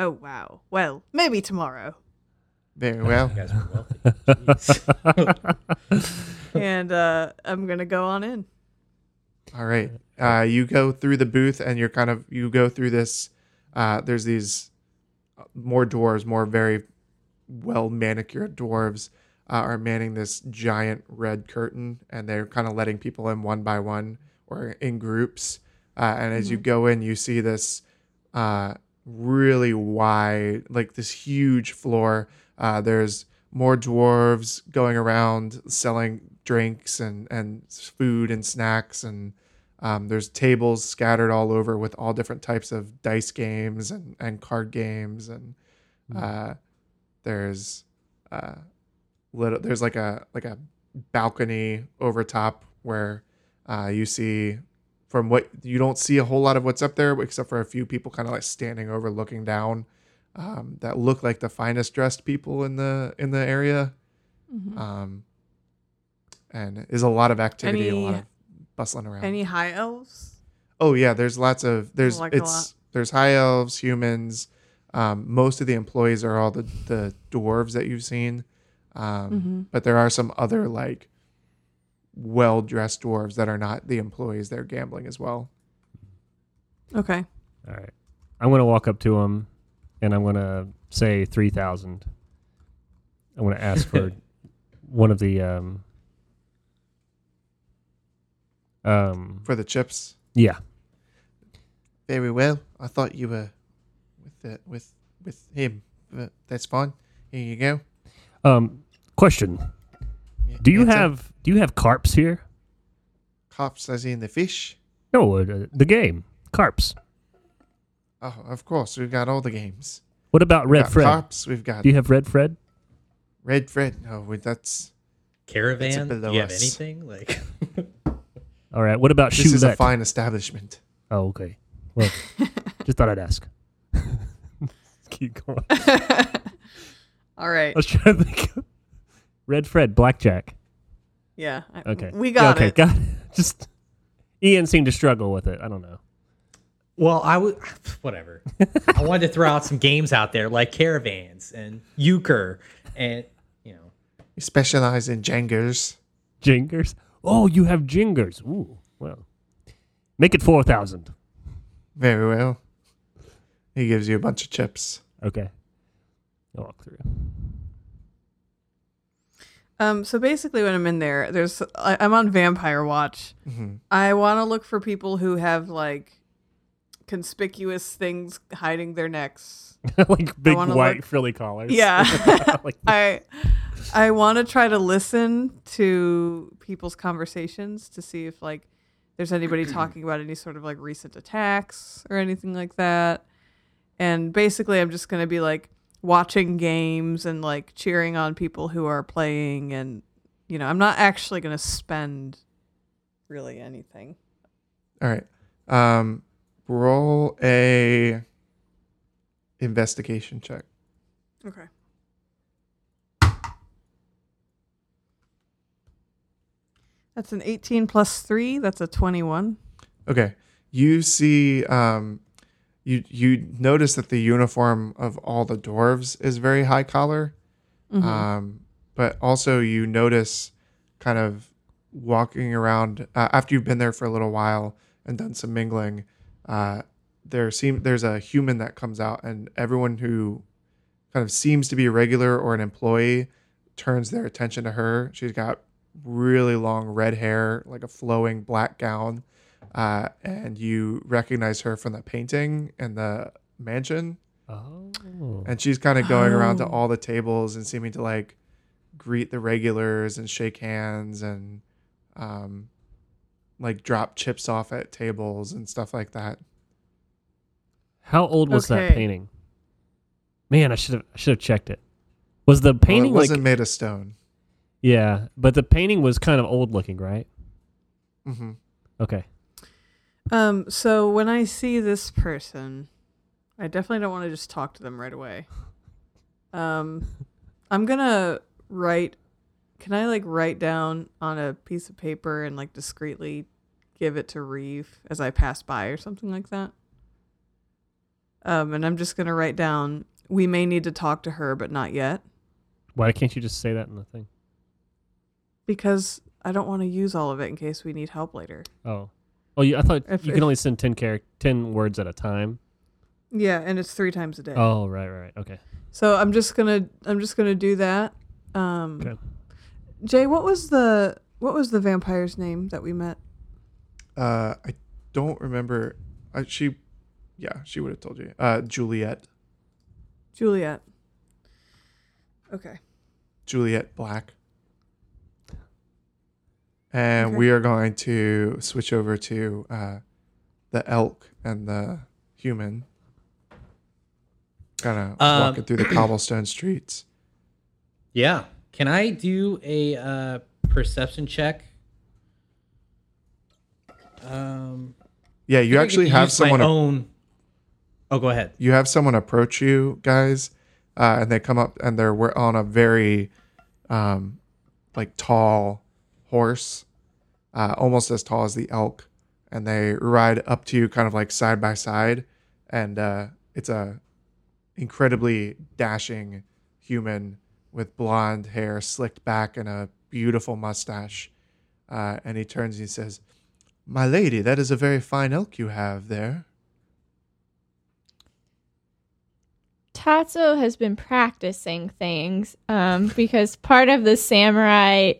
Speaker 2: Oh wow. Well, maybe tomorrow.
Speaker 1: Very well.
Speaker 6: You guys were wealthy. Jeez.
Speaker 2: and uh, I'm gonna go on in.
Speaker 1: All right. Uh, you go through the booth and you're kind of you go through this. Uh, there's these uh, more dwarves, more very well manicured dwarves uh, are manning this giant red curtain, and they're kind of letting people in one by one or in groups. Uh, and as you go in, you see this uh, really wide, like this huge floor. Uh, there's more dwarves going around selling drinks and, and food and snacks. And um, there's tables scattered all over with all different types of dice games and, and card games. And uh, there's uh, little, there's like a, like a balcony over top where uh, you see from what you don't see a whole lot of what's up there except for a few people kind of like standing over looking down um, that look like the finest dressed people in the in the area
Speaker 2: Hmm.
Speaker 1: um, and is a lot of activity a lot
Speaker 2: Any-
Speaker 1: of bustling around
Speaker 2: Any high elves?
Speaker 1: oh yeah there's lots of there's
Speaker 2: Like a
Speaker 1: it's
Speaker 2: lot.
Speaker 1: there's high elves humans um, most of the employees are all the the dwarves that you've seen um,
Speaker 2: Mm-hmm.
Speaker 4: Mm-hmm.
Speaker 1: but there are some other like well-dressed dwarves that are not the employees they're gambling as well
Speaker 2: Okay.
Speaker 4: All right. I'm going to walk up to him and I'm going to say 3,000. I'm going to ask for one of the um um
Speaker 1: for the chips
Speaker 4: yeah.
Speaker 1: Very well. I thought you were with the, with with him, but that's fine. Here you go.
Speaker 4: Um question.
Speaker 1: Y-
Speaker 4: Do you
Speaker 1: it's a
Speaker 4: have do you have carps here?
Speaker 1: cops as in the fish?
Speaker 4: No, uh, the game. Carps.
Speaker 1: Oh, of course. We've got all the games.
Speaker 4: What about
Speaker 1: We've
Speaker 4: Red
Speaker 1: got
Speaker 4: Fred?
Speaker 1: Cops. We've got
Speaker 4: Do you have Red Fred?
Speaker 1: Red Fred. Oh, we- that's
Speaker 6: Caravan.
Speaker 1: below
Speaker 6: Do you have
Speaker 1: us.
Speaker 6: anything? Like
Speaker 4: All right. What about
Speaker 1: this is a
Speaker 4: Shoelette?
Speaker 1: fine establishment.
Speaker 4: oh, okay. Well, just thought I'd ask. Keep going. I
Speaker 2: All right.
Speaker 4: was trying to think. of- Red Fred, Blackjack.
Speaker 2: Yeah. I-
Speaker 4: Okay.
Speaker 2: We got
Speaker 4: okay,
Speaker 2: it.
Speaker 4: Got it. Just Ian seemed to struggle with it. I don't know.
Speaker 6: Well, I would whatever. I wanted to throw out some games out there like caravans and euchre and you know
Speaker 1: We specialize in jangers.
Speaker 4: Jingers. Oh, you have jingers. Ooh. Well. Make it four thousand.
Speaker 1: Very well. He gives you a bunch of chips.
Speaker 4: Okay. I'll walk through.
Speaker 2: Um. So basically, when I'm in there, there's I, I'm on vampire watch.
Speaker 4: Mm-hmm.
Speaker 2: I want to look for people who have like conspicuous things hiding their necks.
Speaker 4: like big
Speaker 2: wanna
Speaker 4: white
Speaker 2: look-
Speaker 4: frilly collars.
Speaker 2: Yeah.
Speaker 4: like,
Speaker 2: I I want to try to listen to people's conversations to see if like there's anybody talking about any sort of like recent attacks or anything like that. And basically I'm just going to be like watching games and like cheering on people who are playing and you know, I'm not actually going to spend really anything.
Speaker 1: All right. Um, roll a investigation check.
Speaker 2: Okay. That's an 18 plus 3. That's a 21.
Speaker 1: Okay. You see, um, you you notice that the uniform of all the dwarves is very high collar,
Speaker 2: Mm-hmm.
Speaker 1: um, but also you notice, kind of walking around uh, after you've been there for a little while and done some mingling. Uh, there seem there's a human that comes out, and everyone who kind of seems to be a regular or an employee turns their attention to her. She's got really long red hair, like a flowing black gown uh, and you recognize her from the painting and the mansion.
Speaker 4: oh.
Speaker 1: And she's kind of going around to all the tables and seeming to like greet the regulars and shake hands and um, like drop chips off at tables and stuff like that.
Speaker 4: How old was that
Speaker 2: Okay.
Speaker 4: painting? Man, I should have should have checked it. Was the
Speaker 1: Well,
Speaker 4: painting
Speaker 1: it wasn't
Speaker 4: like
Speaker 1: made of stone.
Speaker 4: yeah, but the painting was kind of old looking, right?
Speaker 1: hmm
Speaker 4: Okay.
Speaker 2: Um so when I see this person, I definitely don't want to just talk to them right away. Um I'm going to write Can I like write down on a piece of paper and like discreetly give it to Reeve as I pass by or something like that? Um and I'm just going to write down we may need to talk to her but not yet.
Speaker 4: Why can't you just say that in the thing?
Speaker 2: because I don't want to use all of it in case we need help later.
Speaker 4: Oh, oh, you, I thought
Speaker 2: If-
Speaker 4: you
Speaker 2: if-
Speaker 4: can only send ten charac- ten words at a time.
Speaker 2: Yeah, and it's three times a day.
Speaker 4: Oh, right, right, right. Okay.
Speaker 2: So I'm just gonna I'm just gonna do that. Um,
Speaker 4: Okay.
Speaker 2: Jay, what was the what was the vampire's name that we met?
Speaker 1: Uh, I don't remember. Uh, she, yeah, she would have told you. Uh, Juliet,
Speaker 2: Juliet. Okay.
Speaker 1: Juliet Black. And
Speaker 2: Okay.
Speaker 1: we are going to switch over to uh, the elk and the human. Kind of
Speaker 6: Um,
Speaker 1: walking through the cobblestone streets.
Speaker 6: Yeah. Can I do a uh, perception check? Um,
Speaker 1: Yeah, you
Speaker 6: I
Speaker 1: actually
Speaker 6: could
Speaker 1: have
Speaker 6: use my
Speaker 1: someone.
Speaker 6: own. Oh, go ahead.
Speaker 1: you have someone approach you guys uh, and they come up and they're we on a very um, like tall horse uh, almost as tall as the elk and they ride up to you kind of like side by side and uh, it's a incredibly dashing human with blonde hair slicked back and a beautiful mustache uh, and he turns and he says my lady that is a very fine elk you have there
Speaker 5: Tatsuo has been practicing things um, because part of the samurai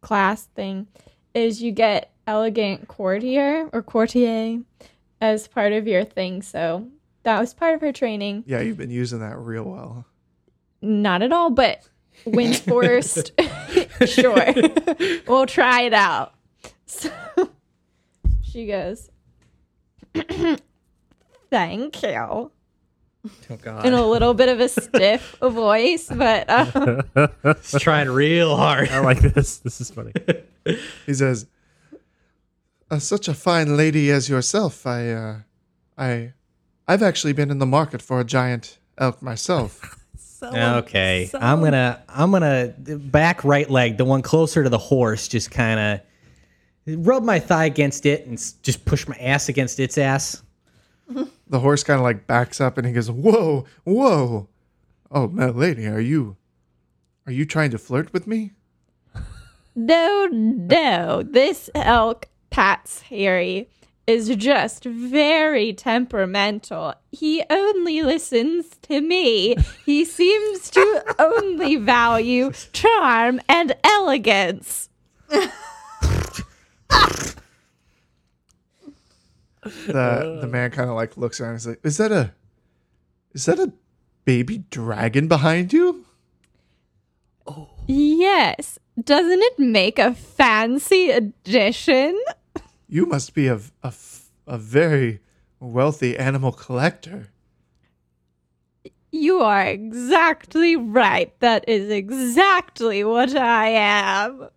Speaker 5: class thing is you get elegant courtier or courtier as part of your thing. So that was part of her training.
Speaker 1: yeah you've been using that real well
Speaker 5: Not at all, but when forced, sure, we'll try it out. So she goes, Thank you.
Speaker 6: Oh God.
Speaker 5: in a little bit of a stiff voice, but um,
Speaker 6: It's trying real hard.
Speaker 4: I like this. This is funny.
Speaker 1: He says, "Uh, "Such a fine lady as yourself, I, uh, I, I've actually been in the market for a giant elk myself."
Speaker 6: Okay, I'm gonna I'm gonna the back right leg, the one closer to the horse, just kind of rub my thigh against it and s- just push my ass against its ass.
Speaker 1: the horse kind of like backs up and he goes, "Whoa, whoa! Oh, my lady, are you, are you trying to flirt with me?"
Speaker 5: no, no, this elk, Pat's Harry, is just very temperamental. He only listens to me. He seems to only value charm and elegance.
Speaker 1: The the man kind of like looks around. And he's like, "Is that a, is that a baby dragon behind you?"
Speaker 5: Yes, doesn't it make a fancy addition?
Speaker 1: You must be a, v- a, f- a very wealthy animal collector.
Speaker 5: You are exactly right. That is exactly what I am.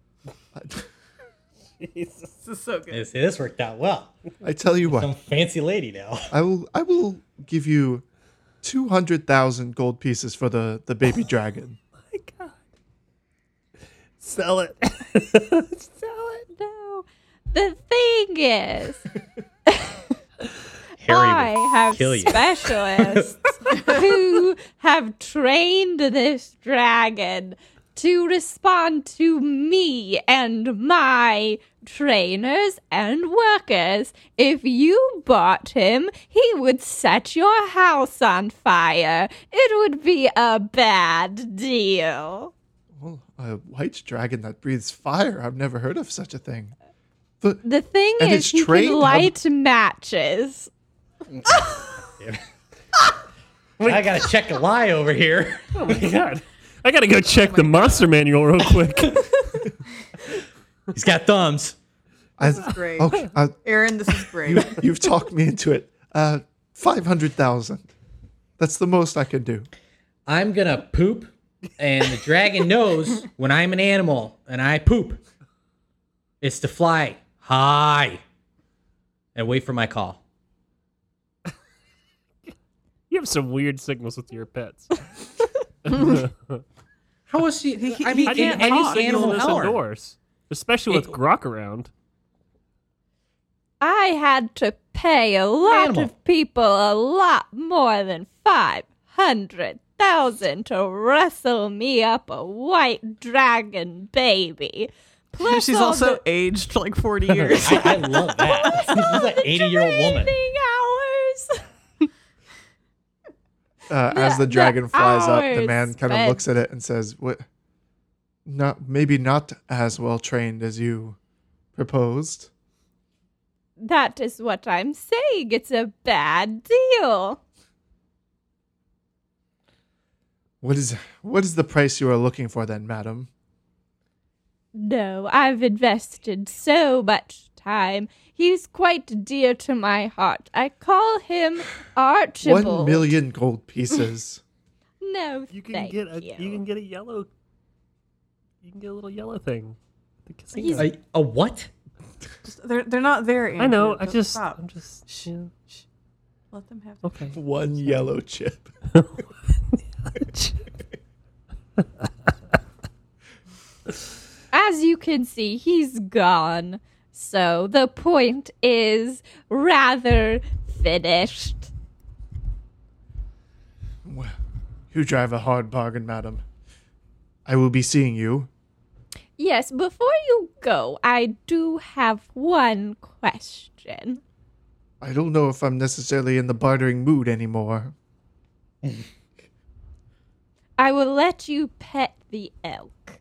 Speaker 2: This is so good.
Speaker 6: This, this worked out well.
Speaker 1: I tell you what.
Speaker 6: Some fancy lady now.
Speaker 1: I will I will give you two hundred thousand gold pieces for the the baby dragon.
Speaker 4: Sell it.
Speaker 5: No, the thing is, I
Speaker 6: Harry would
Speaker 5: have
Speaker 6: kill you.
Speaker 5: specialists who have trained this dragon to respond to me and my trainers and workers. If you bought him, he would set your house on fire. It would be a bad deal.
Speaker 1: Well, a white dragon that breathes fire. I've never heard of such a thing. But
Speaker 5: The thing
Speaker 1: And
Speaker 5: is,
Speaker 1: it's
Speaker 5: he
Speaker 1: trained
Speaker 5: can
Speaker 1: on-
Speaker 5: light matches.
Speaker 6: I gotta check a lie over here.
Speaker 4: Oh my god. I gotta go check the monster manual real quick.
Speaker 6: He's got thumbs.
Speaker 1: I,
Speaker 2: This is great.
Speaker 1: okay, uh,
Speaker 2: Aaron, this is great.
Speaker 1: you, you've talked me into it. Uh, five hundred thousand. That's the most I can do.
Speaker 6: I'm gonna poop, and the dragon knows when I'm an animal and I poop. It's to fly high and wait for my call.
Speaker 4: you have some weird signals with your pets.
Speaker 6: How is she? He, I mean,
Speaker 4: I
Speaker 6: in
Speaker 4: didn't
Speaker 6: any
Speaker 4: any
Speaker 6: animal
Speaker 4: signal this
Speaker 6: hour.
Speaker 4: indoors, especially with
Speaker 6: It-
Speaker 4: Grok around.
Speaker 5: I had to pay a lot
Speaker 6: Animal.
Speaker 5: of people a lot more than five hundred thousand to wrestle me up a white dragon baby. Plus
Speaker 2: She's
Speaker 5: all
Speaker 2: also
Speaker 5: the
Speaker 2: aged like 40 years.
Speaker 6: I, I love that. She's an 80 year old woman.
Speaker 5: training hours.
Speaker 1: Uh, as the
Speaker 5: the
Speaker 1: dragon flies up, the
Speaker 5: hours
Speaker 1: man kind of
Speaker 5: spent-
Speaker 1: looks at it and says, "What? Not maybe not as well trained as you proposed."
Speaker 5: That is what I'm saying. It's a bad deal.
Speaker 1: What is what is the price you are looking for then, madam?
Speaker 5: No, I've invested so much time. He's quite dear to my heart. I call him Archibald.
Speaker 1: One million gold pieces.
Speaker 5: No,
Speaker 4: You can
Speaker 5: thank
Speaker 4: get a
Speaker 5: you.
Speaker 4: you. can get a yellow. You can get a little yellow thing. at The casino.
Speaker 5: He's-
Speaker 6: A, a what?
Speaker 2: they're, they're not there.
Speaker 4: I know.
Speaker 2: Andrew.
Speaker 4: I just.
Speaker 2: Stop.
Speaker 4: I'm Oh. just. you know,
Speaker 2: Let them have
Speaker 4: okay.
Speaker 1: One yellow chip.
Speaker 5: As you can see, he's gone. So the point is rather finished.
Speaker 1: Well, you drive a hard bargain, madam. I will be seeing you.
Speaker 5: Yes, before you go, I do have one question.
Speaker 1: I don't know if I'm necessarily in the bartering mood anymore.
Speaker 5: I will let you pet the elk.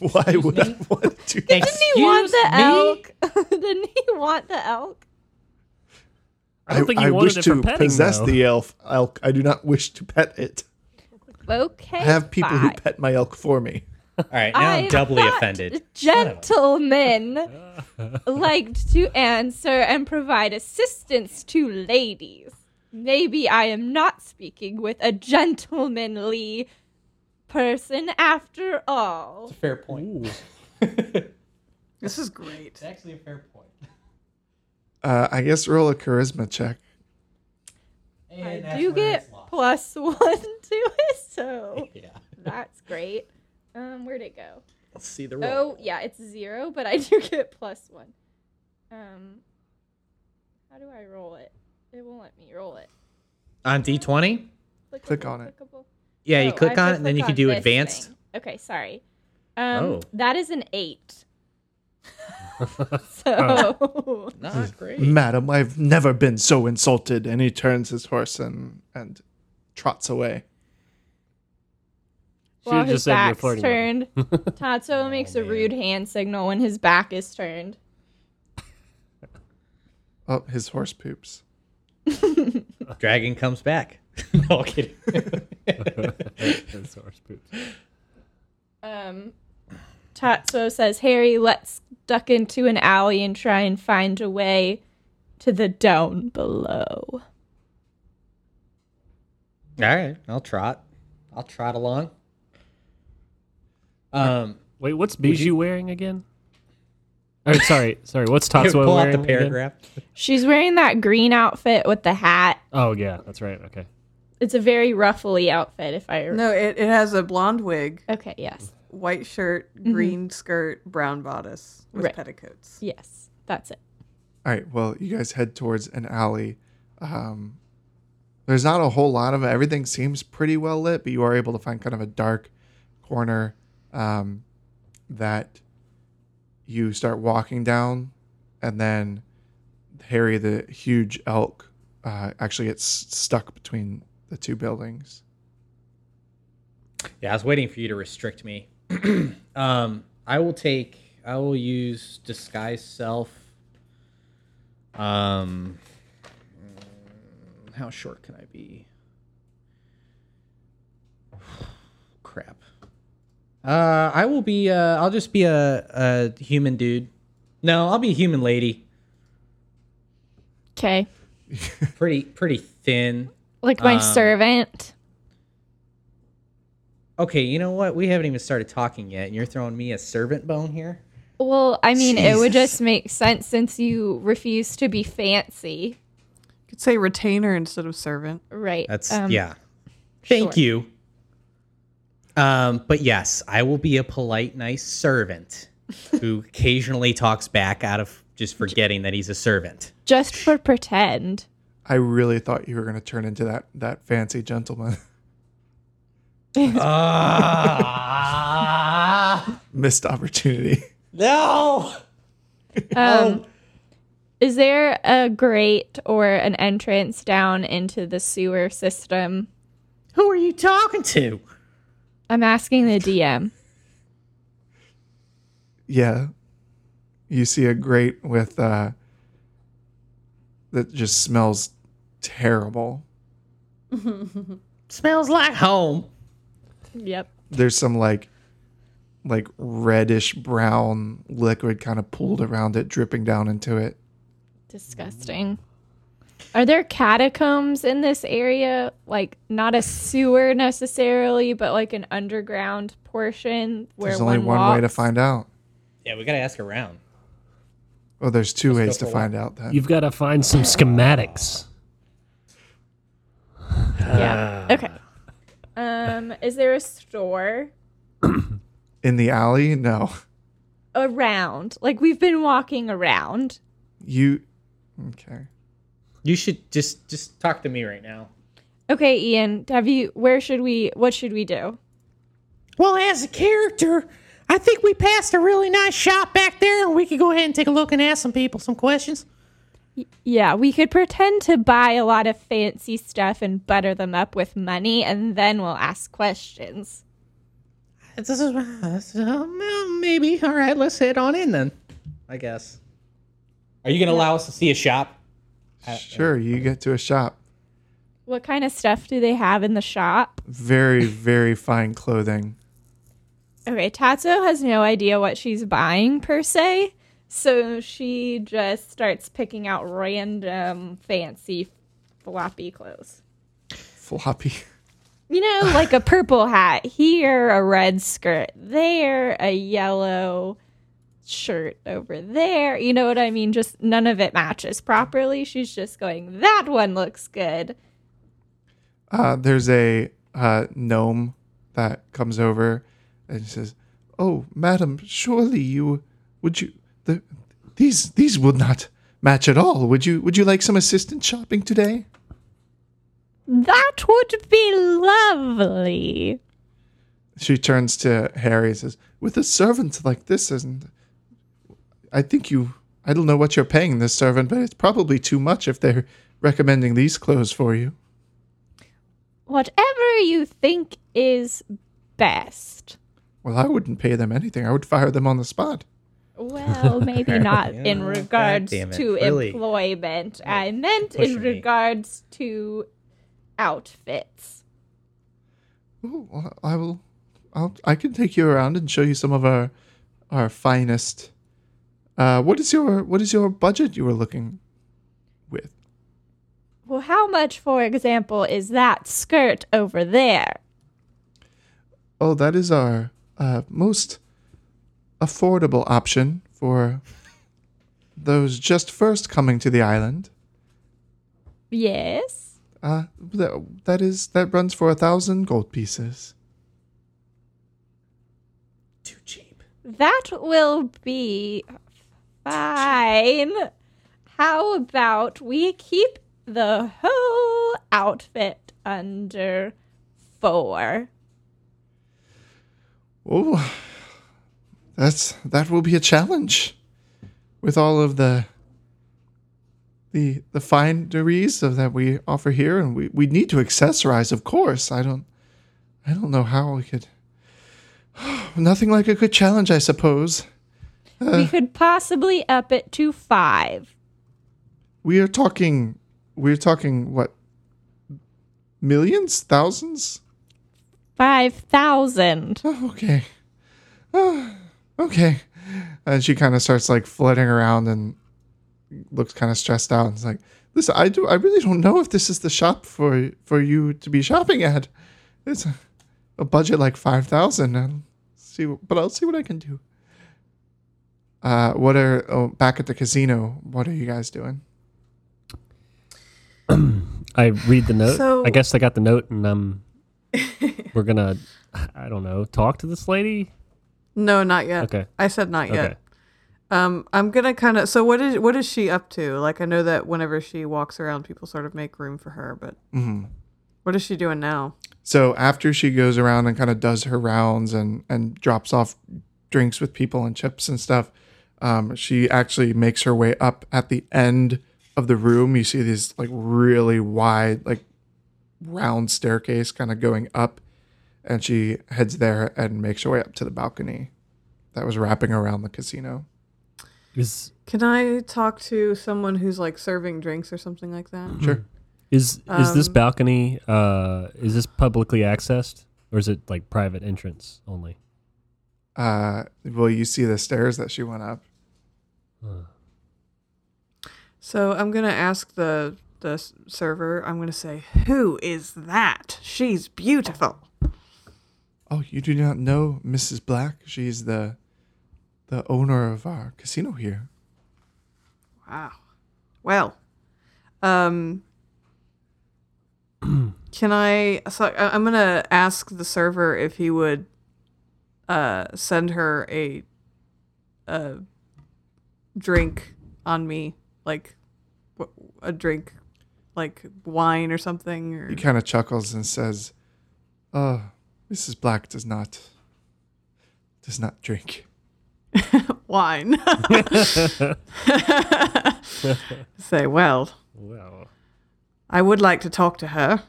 Speaker 1: Why would I want to?
Speaker 5: Didn't he want the
Speaker 6: Excuse
Speaker 5: elk? Didn't he want the elk?
Speaker 4: I don't think he wanted
Speaker 1: wish
Speaker 4: it
Speaker 1: to
Speaker 4: for petting,
Speaker 1: possess
Speaker 4: though.
Speaker 1: the elf elk. I do not wish to pet it.
Speaker 5: Okay.
Speaker 1: I have people who
Speaker 5: fine.
Speaker 1: pet my elk for me.
Speaker 6: All right, now I'm
Speaker 5: I
Speaker 6: doubly
Speaker 5: thought
Speaker 6: offended.
Speaker 5: Gentlemen liked to answer and provide assistance to ladies. Maybe I am not speaking with a gentlemanly person after all.
Speaker 6: Fair point.
Speaker 2: This is great.
Speaker 6: actually a fair point.
Speaker 1: Uh, I guess roll a charisma check.
Speaker 6: And
Speaker 5: I do get plus one to it, so
Speaker 6: Yeah.
Speaker 5: that's great. Um, where'd it go?
Speaker 6: Let's see the
Speaker 5: Oh, yeah, it's zero, but I do get plus one. Um, how do I roll it? It won't let me roll it.
Speaker 6: On D20?
Speaker 1: Click on it.
Speaker 5: clickable.
Speaker 6: Yeah, you
Speaker 5: Oh, I
Speaker 6: click
Speaker 5: have to
Speaker 6: on it, and then
Speaker 5: click
Speaker 6: you can
Speaker 5: on
Speaker 6: do
Speaker 5: this
Speaker 6: advanced.
Speaker 5: thing. Okay, sorry. Um,
Speaker 6: Oh.
Speaker 5: That is an eight.
Speaker 6: Oh.
Speaker 5: so,
Speaker 6: Not great.
Speaker 1: Madam, I've never been so insulted. And he turns his horse and, and trots away.
Speaker 4: Should've
Speaker 5: while his
Speaker 4: just said you're
Speaker 5: back's
Speaker 4: flirting with
Speaker 5: turned,
Speaker 6: Oh,
Speaker 5: Tatsuo makes a rude hand signal when his back is turned.
Speaker 1: Oh, his horse poops.
Speaker 6: Dragon comes back. no, kidding.
Speaker 4: That's horse poops.
Speaker 5: Um, Tatsuo says, Harry, let's duck into an alley and try and find a way to the down below.
Speaker 6: All right, I'll trot. I'll trot along. Um,
Speaker 4: Wait, what's Bijou wearing again? Or sorry, sorry. What's Tatsuo
Speaker 6: pull out
Speaker 4: wearing?
Speaker 6: the
Speaker 4: again?
Speaker 6: paragraph.
Speaker 5: She's wearing that green outfit with the hat.
Speaker 4: Oh yeah, that's right. Okay.
Speaker 5: It's a very ruffly outfit, if I
Speaker 2: No, it, it has a blonde wig,
Speaker 5: Okay, yes.
Speaker 2: white shirt, green skirt, brown bodice with
Speaker 5: Right.
Speaker 2: petticoats.
Speaker 5: Yes, that's it.
Speaker 1: All right. Well, you guys head towards an alley. Um, there's not a whole lot of it. Everything seems pretty well lit, but you are able to find kind of a dark corner um, that you start walking down, and then Harry, the huge elk, uh, actually gets stuck between the two buildings.
Speaker 6: Yeah, I was waiting for you to restrict me. um, I will take. I will use disguise self. Um, mm, how short can I be? Crap. Uh, I will be. Uh, I'll just be a, a human dude. No, I'll be a human lady.
Speaker 5: Okay.
Speaker 6: Pretty, pretty thin.
Speaker 5: Like my
Speaker 6: Um,
Speaker 5: servant.
Speaker 6: Okay, you know what? We haven't even started talking yet, and you're throwing me a servant bone here.
Speaker 5: Well, I mean, it would
Speaker 6: Jesus.
Speaker 5: just make sense since you refuse to be fancy,
Speaker 2: You could say retainer instead of servant.
Speaker 5: right?
Speaker 6: That's
Speaker 5: Um,
Speaker 6: yeah. Thank
Speaker 5: sure.
Speaker 6: you. Um, but yes, I will be a polite, nice servant who occasionally talks back out of just forgetting that he's a servant.
Speaker 5: Just for pretend.
Speaker 1: I really thought you were going to turn into that that fancy gentleman,
Speaker 6: Ah,
Speaker 1: missed opportunity.
Speaker 6: no.
Speaker 5: Um, Is there a grate or an entrance down into the sewer system?
Speaker 6: Who are you talking to?
Speaker 5: I'm asking the DM.
Speaker 1: Yeah, you see a grate with uh, that just smells terrible.
Speaker 6: Smells like home.
Speaker 5: Yep.
Speaker 1: There's some like like reddish brown liquid kind of pooled around it, dripping down into it.
Speaker 5: Disgusting. Are there catacombs in this area? Like not a sewer necessarily, but like an underground portion where
Speaker 1: There's only one, way to
Speaker 5: walks?
Speaker 1: find out.
Speaker 6: Yeah, we gotta ask around.
Speaker 1: Well, there's 2 ways to
Speaker 6: for
Speaker 1: find out then.
Speaker 4: You've got to find some schematics.
Speaker 5: Yeah. Okay. Um, is there a store
Speaker 1: In the alley? No.
Speaker 5: around? Like we've been walking around.
Speaker 1: You okay?
Speaker 6: You should just just talk to me right now.
Speaker 5: Okay, Ian, have you where should we what should we do?
Speaker 7: Well, as a character, I think we passed a really nice shop back there, and we could go ahead and take a look and ask some people some questions.
Speaker 5: Yeah, we could pretend to buy a lot of fancy stuff and butter them up with money and then we'll ask questions.
Speaker 6: This is this is- um, uh, maybe all right. Let's head on in then. I guess. Are you gonna allow us to see a shop?
Speaker 1: Sure, you get to a shop.
Speaker 5: What kind of stuff do they have in the shop?
Speaker 1: Very, very fine clothing.
Speaker 5: Okay, Tatsuo has no idea what she's buying per se, so she just starts picking out random fancy floppy clothes.
Speaker 1: Floppy.
Speaker 5: You know, like a purple hat here, a red skirt there, a yellow shirt over there. You know what I mean? Just none of it matches properly. She's just going, that one looks good.
Speaker 1: Uh, there's a uh, gnome that comes over and says, "Oh, madam, surely you would you the, these these would not match at all. Would you would you like some assistance shopping today?"
Speaker 5: That would be lovely.
Speaker 1: She turns to Harry and says, "With a servant like this, isn't I think you I don't know what you're paying this servant, but it's probably too much if they're recommending these clothes for you."
Speaker 5: Whatever you think is best.
Speaker 1: Well, I wouldn't pay them anything. I would fire them on the spot.
Speaker 5: Well, maybe not in
Speaker 6: Yeah,
Speaker 5: regards
Speaker 6: goddammit,
Speaker 5: to
Speaker 6: really.
Speaker 5: employment. I meant in
Speaker 6: pushing me.
Speaker 5: regards to outfits.
Speaker 1: Ooh, well, I will. I'll, I can take you around and show you some of our our finest. Uh, what is your what is your budget you were looking with?
Speaker 5: Well, how much, for example, is that skirt over there?
Speaker 1: Oh, that is our uh, most affordable option for those just first coming to the island.
Speaker 5: Yes.
Speaker 1: Uh, that, that is that runs for a thousand gold pieces.
Speaker 6: Too cheap.
Speaker 5: That will be fine. How about we keep the whole outfit under four?
Speaker 1: Oh, that's that will be a challenge, with all of the the the fineries of that we offer here, and we we need to accessorize, of course. I don't I don't know how we could. Nothing like a good challenge, I suppose.
Speaker 5: we could possibly up it to five.
Speaker 1: We are talking, we're talking what? Millions, thousands?
Speaker 5: Five thousand.
Speaker 1: Oh, okay. Oh, okay. And she kind of starts like flitting around and looks kind of stressed out. And is like, listen, I do, I really don't know if this is the shop for for you to be shopping at. It's a, a budget like five thousand. And see, what- but I'll see what I can do. Uh, what are oh, back at the casino? What are you guys doing?
Speaker 4: I read the note.
Speaker 2: So-
Speaker 4: I guess I got the note, and um, we're gonna, I don't know, talk to this lady.
Speaker 2: No, not yet.
Speaker 4: Okay.
Speaker 2: I said not
Speaker 4: Okay.
Speaker 2: yet. Um, I'm gonna kind of. So what is what is she up to? Like I know that whenever she walks around, people sort of make room for her, but what is she doing now?
Speaker 1: So after she goes around and kind of does her rounds and and drops off drinks with people and chips and stuff, um, she actually makes her way up at the end of the room. You see these like really wide, like round staircase kind of going up, and she heads there and makes her way up to the balcony that was wrapping around the casino.
Speaker 4: Is
Speaker 2: Can I talk to someone who's like serving drinks or something like that?
Speaker 1: Sure.
Speaker 4: is is this balcony? Uh, is this publicly accessed or is it like private entrance only?
Speaker 1: Uh, well, you see the stairs that she went up.
Speaker 2: So I'm gonna ask the the s- server. I'm gonna say, "Who is that? She's beautiful."
Speaker 1: Oh, you do not know Mrs. Black? She's the the owner of our casino here.
Speaker 2: Wow. Well, um, can I? So I- I'm gonna ask the server if he would uh send her a a drink on me, like wh- a drink, like wine or something. Or
Speaker 1: He kind of chuckles and says, "Uh, Mrs. Black does not does not drink."
Speaker 2: wine. Say, well,
Speaker 4: Wow.
Speaker 2: I would like to talk to her.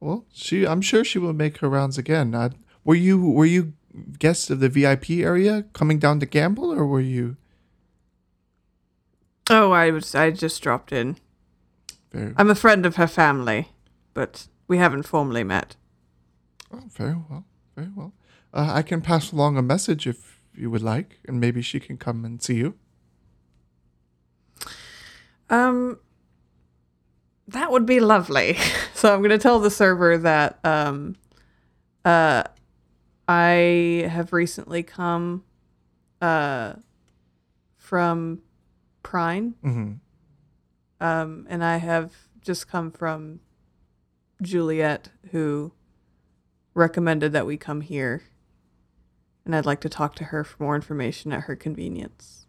Speaker 1: Well, she I'm sure she will make her rounds again. I, were you were you guests of the VIP area coming down to gamble or were you
Speaker 2: Oh, I was I just dropped in.
Speaker 1: very
Speaker 2: I'm a friend of her family, but we haven't formally met.
Speaker 1: oh, very well, very well. Uh, I can pass along a message if you would like, and maybe she can come and see you.
Speaker 2: Um that would be lovely. so I'm going to tell the server that um uh I have recently come uh from Prine
Speaker 1: hmm
Speaker 2: um, and I have just come from Juliet, who recommended that we come here, and I'd like to talk to her for more information at her convenience.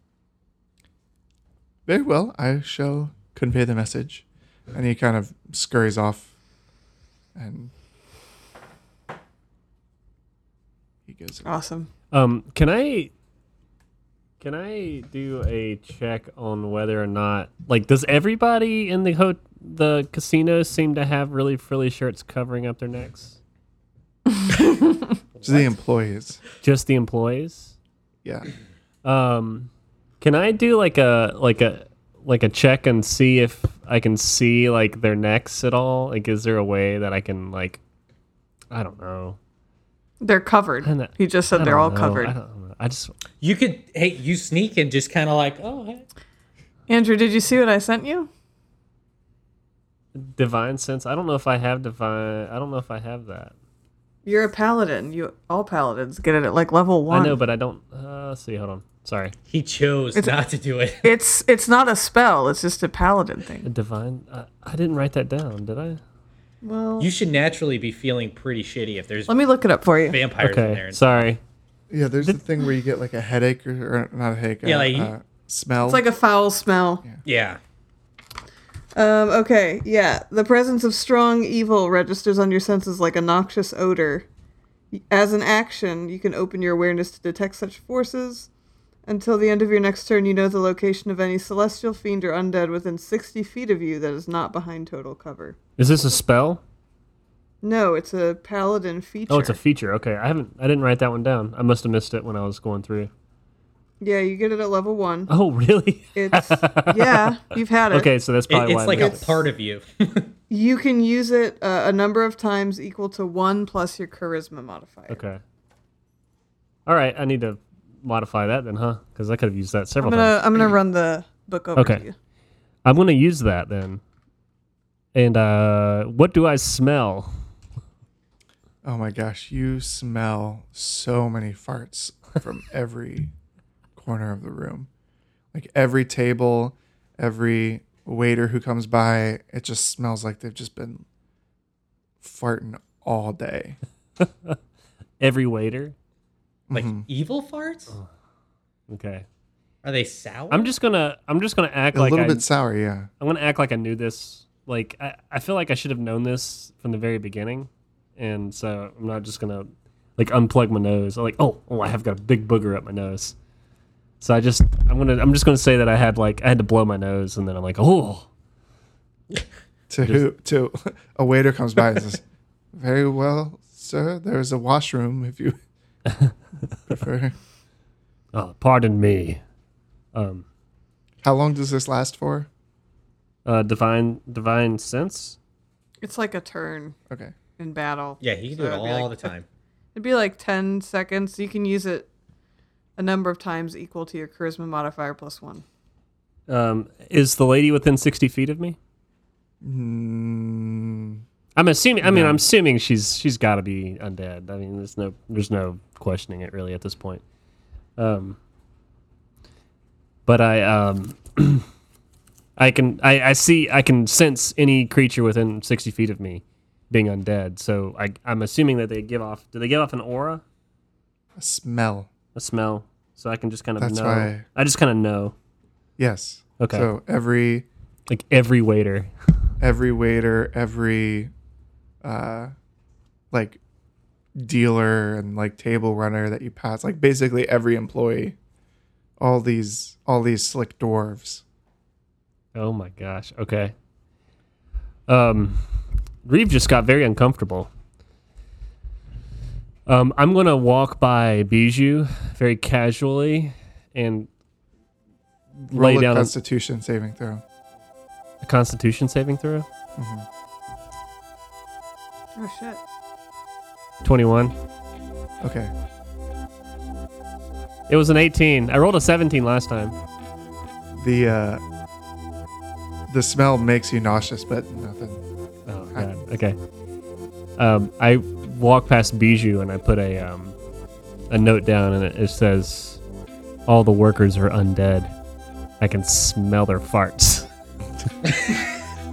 Speaker 1: Very well, I shall convey the message. And he kind of scurries off and he goes,
Speaker 2: Awesome.
Speaker 4: Um, can I can I do a check on whether or not like does everybody in the ho- the casino seem to have really frilly shirts covering up their necks?
Speaker 1: to the employees.
Speaker 4: Just the employees?
Speaker 1: Yeah.
Speaker 4: Um, can I do like a like a like a check and see if I can see like their necks at all? Like, is there a way that I can like, I don't know.
Speaker 2: They're covered.
Speaker 4: I don't-
Speaker 2: He just said
Speaker 4: I
Speaker 2: they're
Speaker 4: don't
Speaker 2: all
Speaker 4: know. I
Speaker 2: covered.
Speaker 4: don't know. I just
Speaker 6: You could, hey, you sneak and just kind of like, oh, hey.
Speaker 2: Andrew, did you see what I sent you?
Speaker 4: divine sense. I don't know if I have divine. I don't know if I have that.
Speaker 2: You're a paladin. You all paladins get it at like level one.
Speaker 4: I know, but I don't. Uh, let's see, hold on. Sorry.
Speaker 6: he chose not to do it.
Speaker 2: it's it's not a spell. It's just a paladin thing.
Speaker 4: A divine. I, I didn't write that down, did I?
Speaker 2: Well,
Speaker 6: You should naturally be feeling pretty shitty if there's
Speaker 2: let me look it up for you.
Speaker 6: vampires in there.
Speaker 4: Okay. Sorry.
Speaker 1: Yeah, there's the thing where you get like a headache or, or not a headache, a,
Speaker 6: Yeah, like-
Speaker 1: uh, smell.
Speaker 2: It's like a foul smell.
Speaker 6: yeah.
Speaker 2: Um, okay, yeah. The presence of strong evil registers on your senses like a noxious odor. As an action, you can open your awareness to detect such forces. Until the end of your next turn, you know the location of any celestial fiend or undead within 60 feet of you that is not behind total cover.
Speaker 4: Is this a spell?
Speaker 2: No, it's a paladin feature.
Speaker 4: Oh, it's a feature. Okay, I haven't. I didn't write that one down. I must have missed it when I was going through.
Speaker 2: yeah, you get it at level one.
Speaker 4: Oh, really?
Speaker 2: It's yeah, you've had it.
Speaker 4: Okay, so that's
Speaker 6: It,
Speaker 4: probably why.
Speaker 6: it's
Speaker 4: I
Speaker 6: like
Speaker 4: missed
Speaker 6: a
Speaker 4: it.
Speaker 6: part of you.
Speaker 2: You can use it uh, a number of times equal to one plus your charisma modifier.
Speaker 4: Okay. All right, I need to modify that then, huh? Because I could have used that
Speaker 2: I'm
Speaker 4: several
Speaker 2: gonna
Speaker 4: times.
Speaker 2: I'm gonna run the book over
Speaker 4: Okay.
Speaker 2: to you.
Speaker 4: I'm gonna use that then. And uh, what do I smell?
Speaker 1: oh my gosh, you smell so many farts from every corner of the room. Like every table, every waiter who comes by, it just smells like they've just been farting all day.
Speaker 4: Every waiter.
Speaker 6: like evil farts?
Speaker 4: Okay.
Speaker 6: Are they sour?
Speaker 4: I'm just gonna I'm just gonna act
Speaker 1: A
Speaker 4: like
Speaker 1: little
Speaker 4: I,
Speaker 1: bit sour, yeah.
Speaker 4: I'm gonna act like I knew this. Like I, I feel like I should have known this from the very beginning, and so I'm not just gonna like unplug my nose. I'm like, oh, oh, I have got a big booger up my nose. So I just I'm gonna I'm just gonna say that I had like I had to blow my nose, and then I'm like, oh,
Speaker 1: To who? To a waiter comes by and says, "Very well, sir. There's a washroom if you prefer."
Speaker 4: oh pardon me. Um,
Speaker 1: How long does this last for?
Speaker 4: uh, divine divine sense.
Speaker 2: It's like a turn
Speaker 1: Okay.
Speaker 2: in battle.
Speaker 6: yeah, he can do
Speaker 2: So
Speaker 6: it
Speaker 2: it'd be
Speaker 6: all
Speaker 2: like-
Speaker 6: the time.
Speaker 2: It'd be like 10 seconds. You can use it a number of times equal to your charisma modifier plus one.
Speaker 4: Um, is the lady within 60 feet of me?
Speaker 1: Mm,
Speaker 4: I'm assuming. I mean, I'm assuming she's she's got to be undead. I mean, there's no there's no questioning it really at this point. Um, but I um, I can I, I see I can sense any creature within 60 feet of me being undead. So I I'm assuming that they give off. Do they give off an aura,
Speaker 1: a smell.
Speaker 4: a smell? So I can just kind of
Speaker 1: That's
Speaker 4: know.
Speaker 1: why-
Speaker 4: I just kind of know.
Speaker 1: Yes.
Speaker 4: Okay.
Speaker 1: So every
Speaker 4: Like every waiter.
Speaker 1: every waiter, every uh, like dealer and like table runner that you pass, like basically every employee, all these all these slick dwarves.
Speaker 4: Oh my gosh. Okay. Um, Reeve just got very uncomfortable. Um, I'm gonna walk by Bijou very casually and lay
Speaker 1: Roll a
Speaker 4: down a,
Speaker 1: Constitution saving throw.
Speaker 4: a Constitution saving throw.
Speaker 2: Oh, shit.
Speaker 4: Twenty-one.
Speaker 1: Okay.
Speaker 4: It was an 18. I rolled a 17 last time.
Speaker 1: The uh, the smell makes you nauseous, but nothing.
Speaker 4: Oh god. Okay. Um, I walk past Bijou and I put a um, a note down and it, it says, "All the workers are undead. I can smell their farts."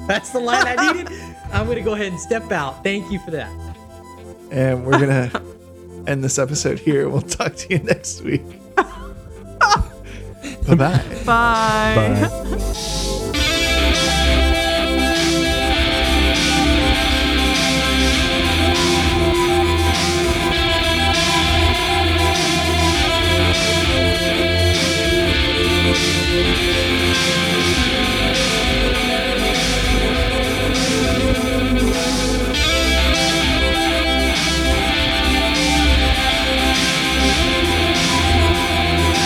Speaker 6: That's the line I needed. I'm gonna go ahead and step out. Thank you for that.
Speaker 1: And we're gonna end this episode here. We'll talk to you next week. bye bye.
Speaker 2: Bye.
Speaker 4: Bye.
Speaker 8: Shoulder.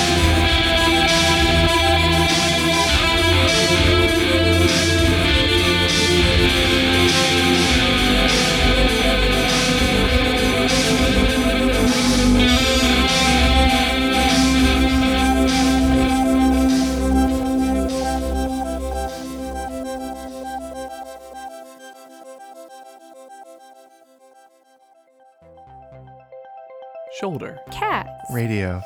Speaker 5: Cats.
Speaker 1: Radio.